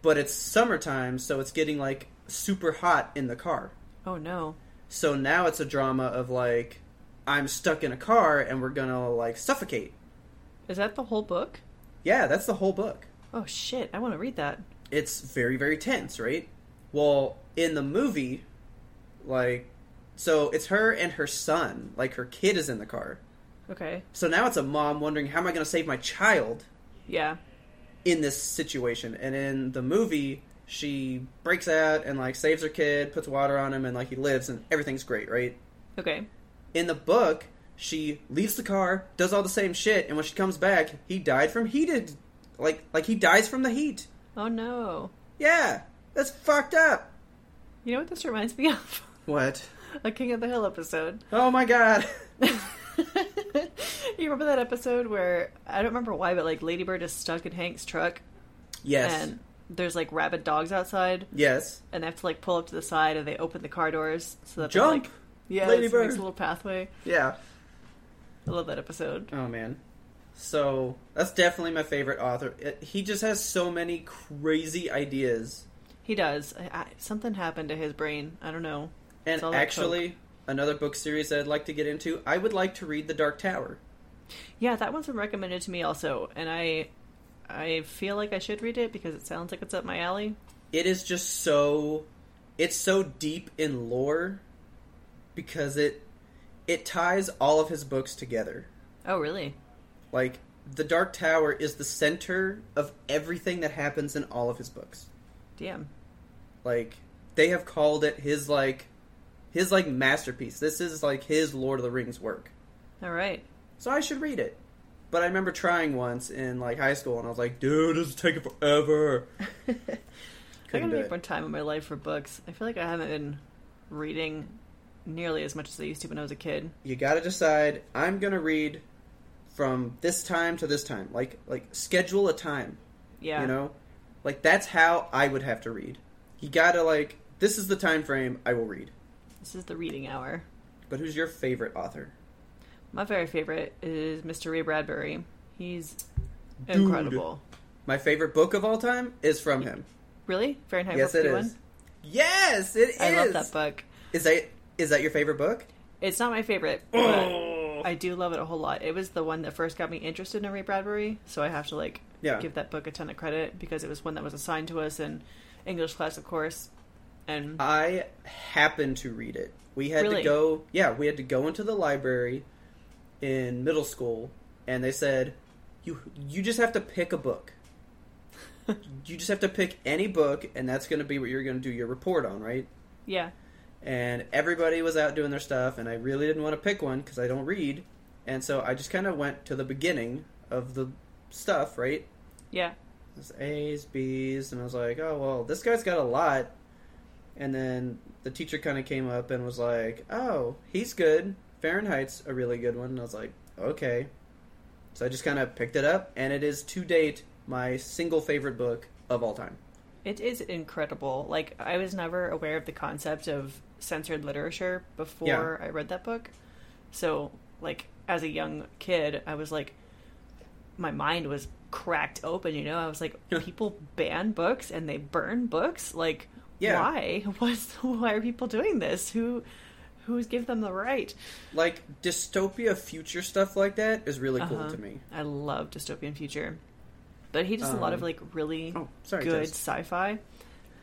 Speaker 1: But it's summertime, so it's getting like super hot in the car.
Speaker 2: Oh no.
Speaker 1: So now it's a drama of like, I'm stuck in a car and we're gonna like suffocate.
Speaker 2: Is that the whole book?
Speaker 1: Yeah, that's the whole book.
Speaker 2: Oh shit. I want to read that.
Speaker 1: it's very very tense right well in the movie like so it's her and her son like her kid is in the car
Speaker 2: Okay.
Speaker 1: so now it's a mom wondering how am i going to save my child
Speaker 2: Yeah.
Speaker 1: in this situation and in the movie she breaks out and like saves her kid puts water on him and like he lives and everything's great right
Speaker 2: Okay.
Speaker 1: in the book she leaves the car does all the same shit and when she comes back he died from heated like like he dies from the heat
Speaker 2: Oh no.
Speaker 1: yeah that's fucked up
Speaker 2: You know what this reminds me of?
Speaker 1: what
Speaker 2: A King of the Hill episode.
Speaker 1: Oh my god.
Speaker 2: you remember that episode where I don't remember why, but like Ladybird is stuck in Hank's truck
Speaker 1: Yes.
Speaker 2: and there's like rabid dogs outside
Speaker 1: yes.
Speaker 2: and they have to like pull up to the side and they open the car doors so that they,
Speaker 1: Jump.
Speaker 2: like, yeah,
Speaker 1: Lady
Speaker 2: it's- it makes
Speaker 1: Bird.
Speaker 2: a little pathway.
Speaker 1: Yeah.
Speaker 2: I love that episode.
Speaker 1: Oh man. So that's definitely my favorite author. It- he just has so many crazy ideas.
Speaker 2: He does. I, I, something happened to his brain. I don't know.
Speaker 1: And
Speaker 2: It's all that
Speaker 1: actually, another book series that I'd like to get into. I would like to read The Dark Tower.
Speaker 2: Yeah, that one's been recommended to me also, and I, I feel like I should read it because it sounds like it's up my alley.
Speaker 1: It is just so it's so deep in lore because it it ties all of his books together.
Speaker 2: Oh, really?
Speaker 1: Like The Dark Tower is the center of everything that happens in all of his books.
Speaker 2: Damn.
Speaker 1: like they have called it his like his like masterpiece this is like his lord of the rings work
Speaker 2: All right.
Speaker 1: so i should read it but i remember trying once in like high school and i was like dude this is taking forever
Speaker 2: I
Speaker 1: Couldn't
Speaker 2: gotta
Speaker 1: do
Speaker 2: make more
Speaker 1: it.
Speaker 2: time in my life for books. I feel like I haven't been reading nearly as much as I used to when I was a kid.
Speaker 1: you gotta decide i'm gonna read from this time to this time like like schedule a time
Speaker 2: Yeah.
Speaker 1: you know like that's how i would have to read you gotta like this is the time frame i will read
Speaker 2: This is the reading hour.
Speaker 1: but who's your favorite author
Speaker 2: My very favorite is Mr. Ray Bradbury. He's
Speaker 1: Dude.
Speaker 2: incredible.
Speaker 1: my favorite book of all time is from him
Speaker 2: Really? Fahrenheit
Speaker 1: yes, it
Speaker 2: 451?
Speaker 1: is. Yes, it is.
Speaker 2: I love that book.
Speaker 1: Is that is that your favorite book?
Speaker 2: It's not my favorite, but I do love it a whole lot. It was the one that first got me interested in Ray Bradbury, so I have to like
Speaker 1: Yeah.
Speaker 2: give that book a ton of credit because it was one that was assigned to us in English class, of course. And
Speaker 1: I happened to read it. We had to
Speaker 2: Really?
Speaker 1: go. Yeah, we had to go into the library in middle school, and they said, "You you just have to pick a book. you just have to pick any book, and that's going to be what you're going to do your report on, right?"
Speaker 2: yeah,
Speaker 1: and everybody was out doing their stuff and i really didn't want to pick one because i don't read and so i just kind of went to the beginning of the stuff right
Speaker 2: yeah,
Speaker 1: It's a's b's and i was like oh well this guy's got a lot and then the teacher kind of came up and was like oh he's good fahrenheit's a really good one and i was like okay so i just kind of picked it up and it is to date my single favorite book of all time.
Speaker 2: It is incredible. Like I was never aware of the concept of censored literature before I read that book. So, like as a young kid, I was like my mind was cracked open, you know. I was like
Speaker 1: Yeah.
Speaker 2: people ban books and they burn books? Like
Speaker 1: Yeah.
Speaker 2: why? What's why are people doing this? Who who's give them the right?
Speaker 1: Like dystopia future stuff like that is really cool
Speaker 2: Uh-huh.
Speaker 1: to me.
Speaker 2: I love dystopian future. But he does a lot of
Speaker 1: Um,
Speaker 2: like really
Speaker 1: oh, sorry,
Speaker 2: good
Speaker 1: Jess.
Speaker 2: sci-fi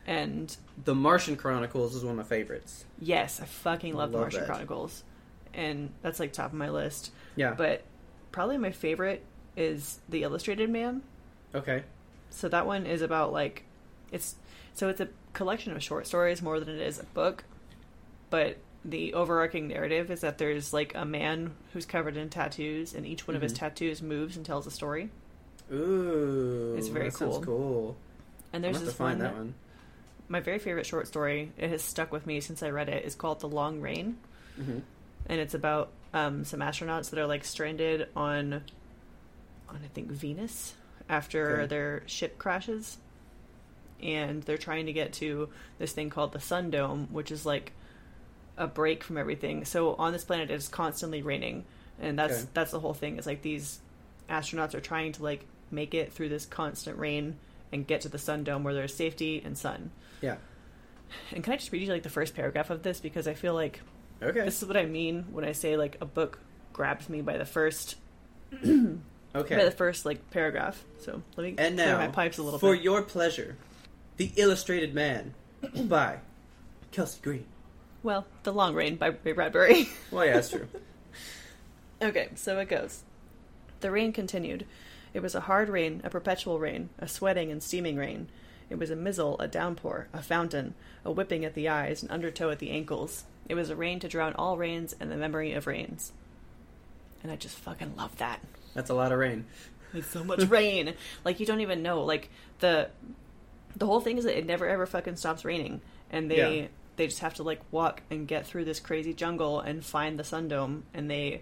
Speaker 2: and
Speaker 1: The Martian Chronicles is one of my favorites.
Speaker 2: Yes, I fucking love, the
Speaker 1: Love
Speaker 2: Martian
Speaker 1: that.
Speaker 2: Chronicles, and that's like top of my list.
Speaker 1: Yeah.
Speaker 2: But probably my favorite is The Illustrated Man.
Speaker 1: okay.
Speaker 2: So that one is about like it's so it's a collection of short stories more than it is a book, but the overarching narrative is that there's like a man who's covered in tattoos, and each one of his
Speaker 1: Mhm.
Speaker 2: tattoos moves and tells a story.
Speaker 1: Ooh,
Speaker 2: It's very
Speaker 1: that sounds
Speaker 2: cool.
Speaker 1: cool.
Speaker 2: And
Speaker 1: I'm
Speaker 2: there's
Speaker 1: gonna have
Speaker 2: this
Speaker 1: to find
Speaker 2: one,
Speaker 1: that one.
Speaker 2: My very favorite short story. It has stuck with me since I read it. Is called The Long Rain.
Speaker 1: hmm
Speaker 2: and it's about um, some astronauts that are like stranded on on I think Venus after
Speaker 1: Okay.
Speaker 2: their ship crashes, and they're trying to get to this thing called the Sun Dome, which is like a break from everything. So on this planet, it's constantly raining, and that's
Speaker 1: Okay.
Speaker 2: that's the whole thing. It's like these astronauts are trying to like make it through this constant rain and get to the Sun Dome where there's safety and sun.
Speaker 1: Yeah.
Speaker 2: And can I just read you like the first paragraph of this because I feel like
Speaker 1: Okay.
Speaker 2: this is what I mean when I say like a book grabs me by the first by
Speaker 1: Okay.
Speaker 2: the first like paragraph. So let me
Speaker 1: And
Speaker 2: clear
Speaker 1: now,
Speaker 2: my pipes a little
Speaker 1: for
Speaker 2: bit.
Speaker 1: your pleasure, The Illustrated Man by Kelsey Green.
Speaker 2: well, The Long Rain by Ray Bradbury.
Speaker 1: Well, yeah, that's true.
Speaker 2: okay, so it goes. The rain continued. It was a hard rain, a perpetual rain, a sweating and steaming rain. It was a mizzle, a downpour, a fountain, a whipping at the eyes, an undertow at the ankles. It was a rain to drown all rains and the memory of rains. And I just fucking love that.
Speaker 1: That's a lot of rain.
Speaker 2: It's so much rain. Like you don't even know. Like the the whole thing is that it never ever fucking stops raining, and they
Speaker 1: Yeah.
Speaker 2: they just have to like walk and get through this crazy jungle and find the Sun Dome, and they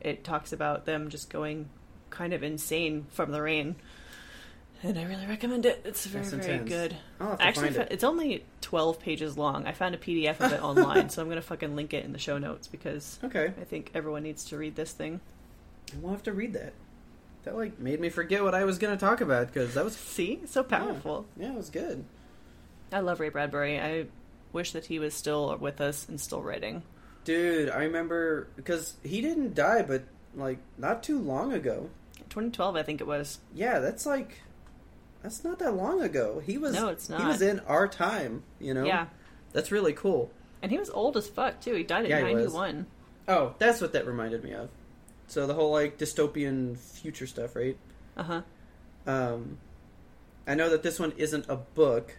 Speaker 2: it talks about them just going kind of insane from the rain. And I really recommend it. It's very
Speaker 1: That's
Speaker 2: very
Speaker 1: intense.
Speaker 2: good.
Speaker 1: I'll have to
Speaker 2: I actually
Speaker 1: find
Speaker 2: fo-
Speaker 1: it.
Speaker 2: it's only twelve pages long. I found a PDF of it online, so I'm gonna fucking link it in the show notes because
Speaker 1: Okay.
Speaker 2: I think everyone needs to read this thing.
Speaker 1: We'll have to read that. That, like, made me forget what I was going to talk about because that was
Speaker 2: See, so powerful.
Speaker 1: Yeah, it was good.
Speaker 2: I love Ray Bradbury. I wish that he was still with us and still writing.
Speaker 1: Dude, I remember because he didn't die, but, like, not too long ago.
Speaker 2: 2012, I think it was.
Speaker 1: Yeah, that's like. That's not that long ago. He was
Speaker 2: No, it's
Speaker 1: he
Speaker 2: not.
Speaker 1: was in our time, you know.
Speaker 2: Yeah.
Speaker 1: That's really cool.
Speaker 2: And he was old as fuck, too. He died at
Speaker 1: Yeah, he was.
Speaker 2: 91.
Speaker 1: Oh, that's what that reminded me of. So the whole like dystopian future stuff, right?
Speaker 2: Uh huh.
Speaker 1: Um, I know that this one isn't a book,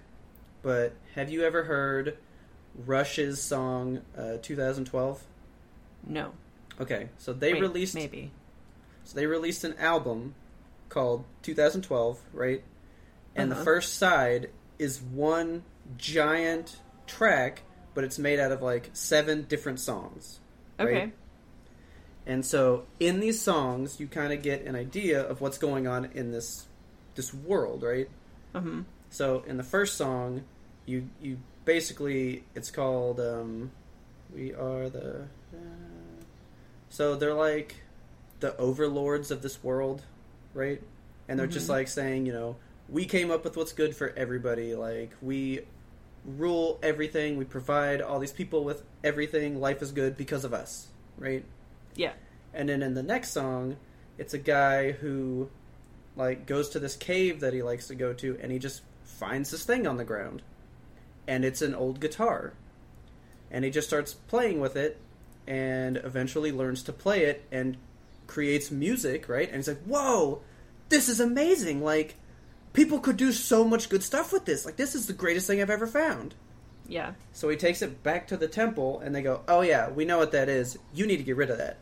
Speaker 1: but have you ever heard Rush's song uh, 2012?
Speaker 2: No.
Speaker 1: Okay, so they
Speaker 2: Wait,
Speaker 1: released
Speaker 2: Maybe.
Speaker 1: so they released an album called 2012, right? And
Speaker 2: Uh-huh.
Speaker 1: the first side is one giant track, but it's made out of like seven different songs. right?
Speaker 2: Okay.
Speaker 1: And so in these songs, you kind of get an idea of what's going on in this this world, right?
Speaker 2: hmm
Speaker 1: So in the first song, you you basically it's called um, "We Are the." uh, so they're like the overlords of this world, right? And they're just like saying, you know, we came up with what's good for everybody. Like we rule everything. We provide all these people with everything. Life is good because of us, right?
Speaker 2: Yeah.
Speaker 1: And then in the next song, it's a guy who like goes to this cave that he likes to go to and he just finds this thing on the ground. And it's an old guitar. And he just starts playing with it and eventually learns to play it and creates music, right? And he's like, "Whoa, this is amazing. Like people could do so much good stuff with this. Like this is the greatest thing I've ever found."
Speaker 2: Yeah.
Speaker 1: So he takes it back to the temple, and they go, "Oh yeah, we know what that is. You need to get rid of that."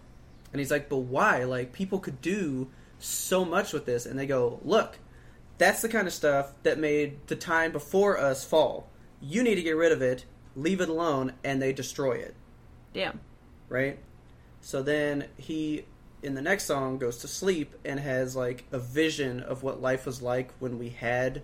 Speaker 1: And he's like, "But why? Like people could do so much with this." And they go, "Look, that's the kind of stuff that made the time before us fall. You need to get rid of it. Leave it alone." And they destroy it,
Speaker 2: Damn.
Speaker 1: right? So then he, in the next song, goes to sleep and has like a vision of what life was like when we had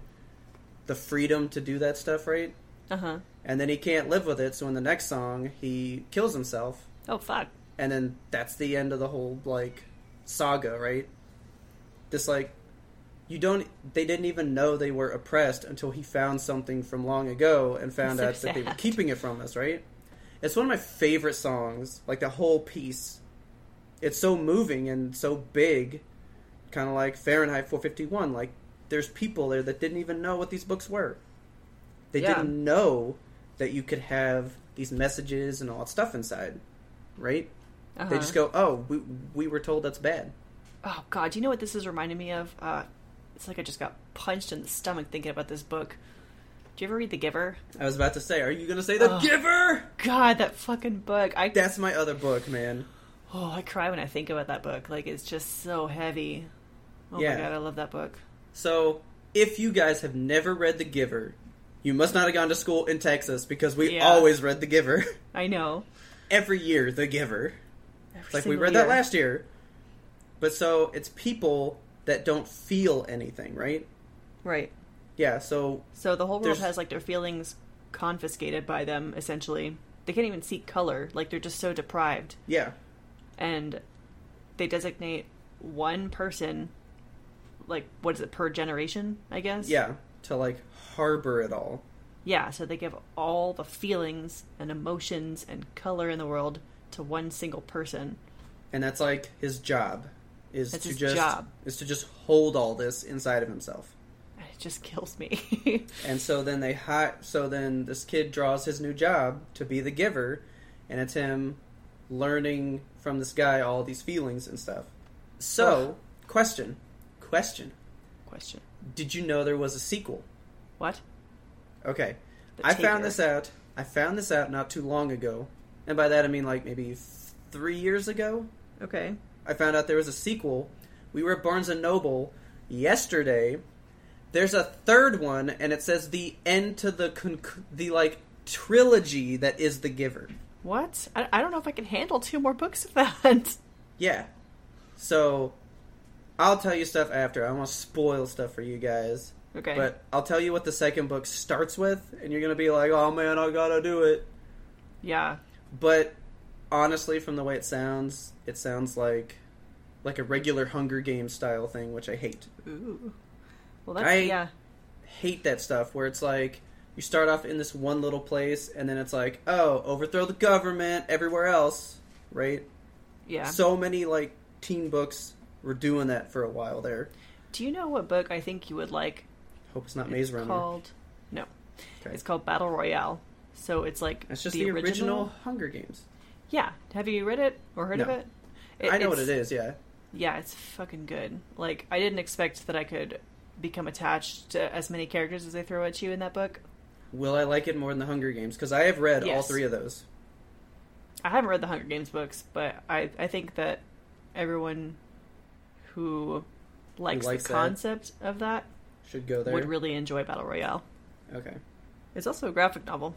Speaker 1: the freedom to do that stuff, right?
Speaker 2: Uh huh.
Speaker 1: And then he can't live with it, so in the next song, he kills himself.
Speaker 2: Oh fuck.
Speaker 1: and then that's the end of the whole like saga, right? This like you don't they didn't even know they were oppressed until he found something from long ago and found
Speaker 2: So
Speaker 1: out that they were
Speaker 2: sad.
Speaker 1: keeping it from us, right? It's one of my favorite songs, like the whole piece. It's so moving and so big, kind of like Fahrenheit 451. Like there's people there that didn't even know what these books were. They
Speaker 2: Yeah.
Speaker 1: didn't know that you could have these messages and all that stuff inside, right?
Speaker 2: Uh-huh.
Speaker 1: They just go, "Oh, we we were told that's bad."
Speaker 2: Oh god, you know what this is reminding me of? Uh, it's like I just got punched in the stomach thinking about this book. Do you ever read The Giver?
Speaker 1: I was about to say, "Are you going to say the
Speaker 2: Ugh.
Speaker 1: giver?"
Speaker 2: God, that fucking book. I
Speaker 1: That's my other book, man.
Speaker 2: oh, I cry when I think about that book. Like it's just so heavy. Oh
Speaker 1: Yeah.
Speaker 2: my god, I love that book.
Speaker 1: So, if you guys have never read The Giver, you must not have gone to school in Texas because we
Speaker 2: Yeah.
Speaker 1: always read The Giver
Speaker 2: I know.
Speaker 1: every year. The Giver,
Speaker 2: Every
Speaker 1: like we
Speaker 2: single
Speaker 1: read that
Speaker 2: year.
Speaker 1: last year. But so it's people that don't feel anything, right?
Speaker 2: Right.
Speaker 1: Yeah. So
Speaker 2: So the whole world
Speaker 1: There's-
Speaker 2: has like their feelings confiscated by them essentially. They can't even see color. Like they're just so deprived.
Speaker 1: yeah,
Speaker 2: and they designate one person like what is it per generation i guess
Speaker 1: yeah, to like harbor it all.
Speaker 2: yeah so they give all the feelings and emotions and color in the world to one single person
Speaker 1: and that's like his job is
Speaker 2: That's
Speaker 1: to
Speaker 2: his
Speaker 1: just
Speaker 2: job.
Speaker 1: is to just hold all this inside of himself
Speaker 2: and it just kills me
Speaker 1: and so then they hi- so then this kid draws his new job to be the giver and it's him learning from this guy all these feelings and stuff so question question
Speaker 2: question
Speaker 1: did you know there was a sequel
Speaker 2: what
Speaker 1: okay
Speaker 2: The
Speaker 1: i found
Speaker 2: Taker.
Speaker 1: this out i found this out not too long ago and by that i mean like maybe f- three years ago
Speaker 2: okay
Speaker 1: I found out there was a sequel. We were at Barnes and Noble yesterday. There's a third one, and it says the end to the conc- the like trilogy that is The Giver.
Speaker 2: what I, I don't know if i can handle two more books of that
Speaker 1: Yeah. So, I'll tell you stuff after. I want to spoil stuff for you guys,
Speaker 2: okay
Speaker 1: but I'll tell you what the second book starts with, and you're gonna be like, "Oh man, I gotta do it."
Speaker 2: yeah
Speaker 1: But honestly, from the way it sounds, it sounds like like a regular Hunger Games style thing, which I hate.
Speaker 2: Ooh. well that's
Speaker 1: I-
Speaker 2: yeah
Speaker 1: hate that stuff where it's like you start off in this one little place and then it's like oh overthrow the government everywhere else right
Speaker 2: yeah
Speaker 1: so many like teen books were doing that for a while there
Speaker 2: do you know what book i think you would like
Speaker 1: hope it's not maze
Speaker 2: It's
Speaker 1: runner
Speaker 2: called no
Speaker 1: Okay.
Speaker 2: it's called battle royale so it's like
Speaker 1: it's just the, original hunger games
Speaker 2: yeah have you read it or heard of
Speaker 1: No.
Speaker 2: it?
Speaker 1: i know what
Speaker 2: it's-
Speaker 1: it is yeah
Speaker 2: yeah it's fucking good like i didn't expect that i could become attached to as many characters as they throw at you in that book
Speaker 1: will i like it more than the hunger games because i have read all
Speaker 2: Yes.
Speaker 1: three of those
Speaker 2: i haven't read the hunger games books but i i think that everyone who likes,
Speaker 1: likes
Speaker 2: the
Speaker 1: that.
Speaker 2: concept of that
Speaker 1: should go there
Speaker 2: would really enjoy battle royale
Speaker 1: okay
Speaker 2: It's also a graphic novel,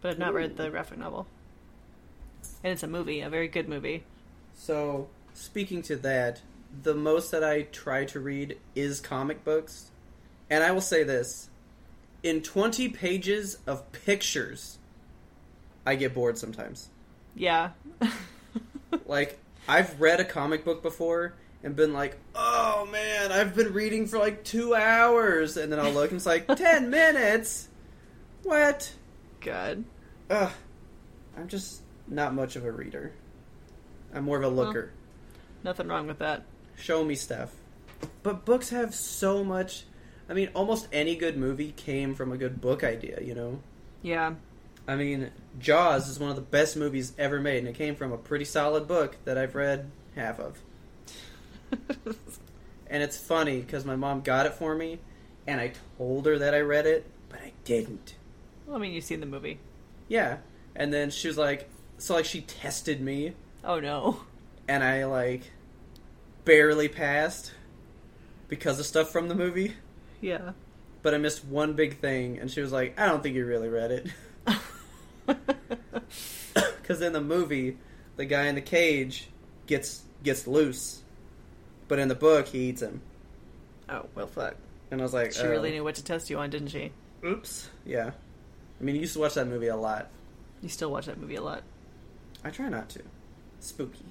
Speaker 2: but I've not
Speaker 1: Ooh.
Speaker 2: read the graphic novel. And it's a movie, a very good movie.
Speaker 1: so speaking to that the most that i try to read is comic books and i will say this in 20 pages of pictures i get bored sometimes
Speaker 2: Yeah.
Speaker 1: like i've read a comic book before and been like oh man i've been reading for like two hours and then i'll look and it's like 10 minutes what
Speaker 2: Good.
Speaker 1: Ugh. i'm just not much of a reader i'm more of a looker
Speaker 2: Nothing wrong with that.
Speaker 1: show me stuff but books have so much i mean almost any good movie came from a good book idea you know
Speaker 2: Yeah.
Speaker 1: I mean, Jaws is one of the best movies ever made, and it came from a pretty solid book that I've read half of. And it's funny because my mom got it for me, and I told her that I read it, but I didn't.
Speaker 2: well, I mean, you've seen the movie.
Speaker 1: Yeah. And then she was like, so like she tested me,
Speaker 2: Oh no.
Speaker 1: and I like barely passed because of stuff from the movie,
Speaker 2: Yeah.
Speaker 1: but I missed one big thing, and she was like, I don't think you really read it. Because in the movie, the guy in the cage gets gets loose, but in the book, he eats him.
Speaker 2: oh well, fuck.
Speaker 1: And I was like,
Speaker 2: She
Speaker 1: oh.
Speaker 2: really knew what to test you on, didn't she?
Speaker 1: Oops. Yeah. I mean, I used to watch that movie a lot.
Speaker 2: You still watch that movie a lot.
Speaker 1: I try not to. Spooky.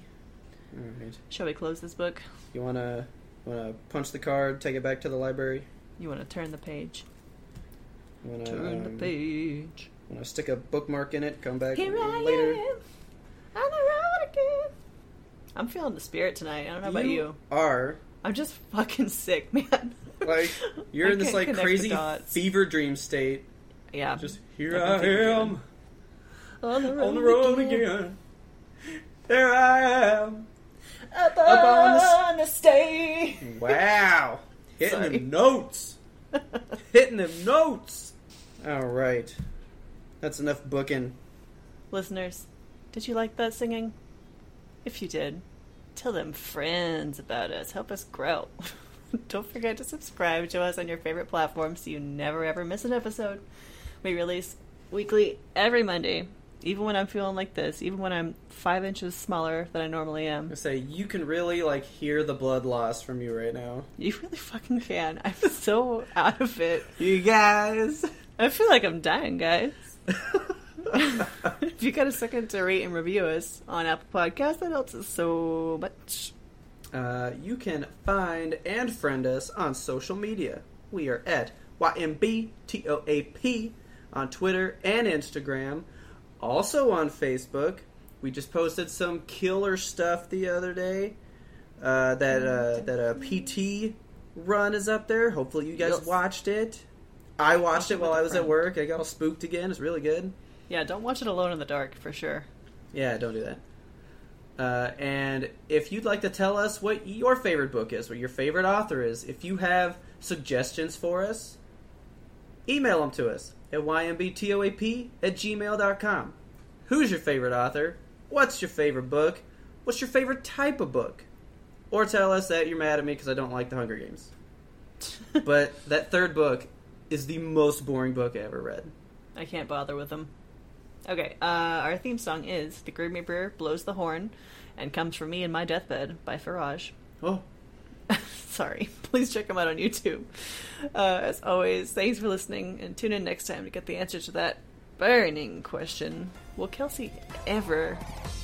Speaker 1: All right.
Speaker 2: Shall we close this book?
Speaker 1: You wanna wanna punch the card, take it back to the library.
Speaker 2: You want to turn the page?
Speaker 1: You wanna,
Speaker 2: Turn the
Speaker 1: um,
Speaker 2: page.
Speaker 1: Wanna stick a bookmark in it? Come back
Speaker 2: Here I
Speaker 1: later.
Speaker 2: am. On the road again. I'm feeling the spirit tonight. I don't know about you.
Speaker 1: Are
Speaker 2: I'm just fucking sick, man.
Speaker 1: like you're
Speaker 2: I
Speaker 1: in this
Speaker 2: can't
Speaker 1: like
Speaker 2: connect the
Speaker 1: crazy
Speaker 2: dots.
Speaker 1: fever dream state.
Speaker 2: Yeah.
Speaker 1: Just here I
Speaker 2: Definitely fever
Speaker 1: am
Speaker 2: dream. on the
Speaker 1: on the road again. There I am.
Speaker 2: Up on,
Speaker 1: on the s-
Speaker 2: the stage.
Speaker 1: Wow. Hitting
Speaker 2: Sorry.
Speaker 1: them notes. Hitting them notes. All right. That's enough booking.
Speaker 2: Listeners, did you like that singing? If you did, tell them friends about us. Help us grow. Don't forget to subscribe to us on your favorite platform so you never ever miss an episode. We release weekly every Monday, even when I'm feeling like this, even when I'm five inches smaller than I normally am.
Speaker 1: I say you can really like hear the blood loss from you right now.
Speaker 2: You really fucking can. I'm so out of it.
Speaker 1: You guys.
Speaker 2: I feel like I'm dying, guys. if you got a second to rate and review us on Apple Podcasts, that helps us so much.
Speaker 1: Uh, you can find and friend us on social media. We are at YMBTOAP on Twitter and Instagram, also on Facebook. We just posted some killer stuff the other day. Uh, that uh, that uh, PT run is up there. Hopefully, you guys
Speaker 2: Yes.
Speaker 1: watched it. I watched
Speaker 2: it
Speaker 1: it while
Speaker 2: with a
Speaker 1: I was at
Speaker 2: friend.
Speaker 1: work. I got all spooked again. It's really good.
Speaker 2: Yeah, don't watch it alone in the dark for sure.
Speaker 1: Yeah, don't do that. Uh, and if you'd like to tell us what your favorite book is, what your favorite author is, if you have suggestions for us, email them to us at ymbtoap at gmail.com. Who's your favorite author? What's your favorite book? What's your favorite type of book? Or tell us that you're mad at me because I don't like The Hunger Games. But that third book is the most boring book I ever read.
Speaker 2: I can't bother with them. Okay, uh, our theme song is "The Grim Reaper Blows the Horn" and comes from me in my deathbed by Faraj.
Speaker 1: Oh,
Speaker 2: Sorry. Please check them out on YouTube. Uh, as always, thanks for listening and tune in next time to get the answer to that burning question. Will Kelsey ever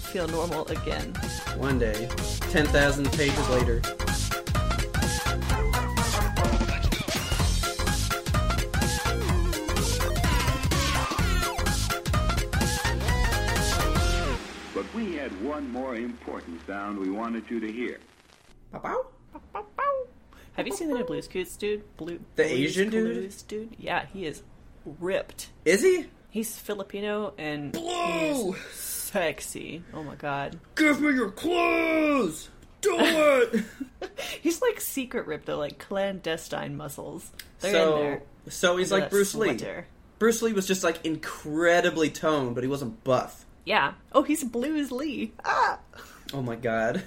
Speaker 2: feel normal again?
Speaker 1: one day, 10,000 pages later.
Speaker 3: But we had one more important sound we wanted you to hear.
Speaker 1: Bow-bow.
Speaker 2: Have you seen the new Blues Clues dude? Blue,
Speaker 1: The
Speaker 2: Blues
Speaker 1: Asian dude?
Speaker 2: Clues dude? Yeah, he is ripped.
Speaker 1: Is he?
Speaker 2: He's Filipino and
Speaker 1: Blue!
Speaker 2: he's sexy. Oh my god.
Speaker 1: Give me your clothes! Do it!
Speaker 2: He's like secret ripped though, like clandestine muscles. They're in
Speaker 1: so,
Speaker 2: there.
Speaker 1: so he's
Speaker 2: Under
Speaker 1: like
Speaker 2: that
Speaker 1: Bruce
Speaker 2: sweater.
Speaker 1: Lee. Bruce Lee was just like incredibly toned, but he wasn't buff.
Speaker 2: Yeah. Oh, he's Blues Lee. Ah!
Speaker 1: Oh my god.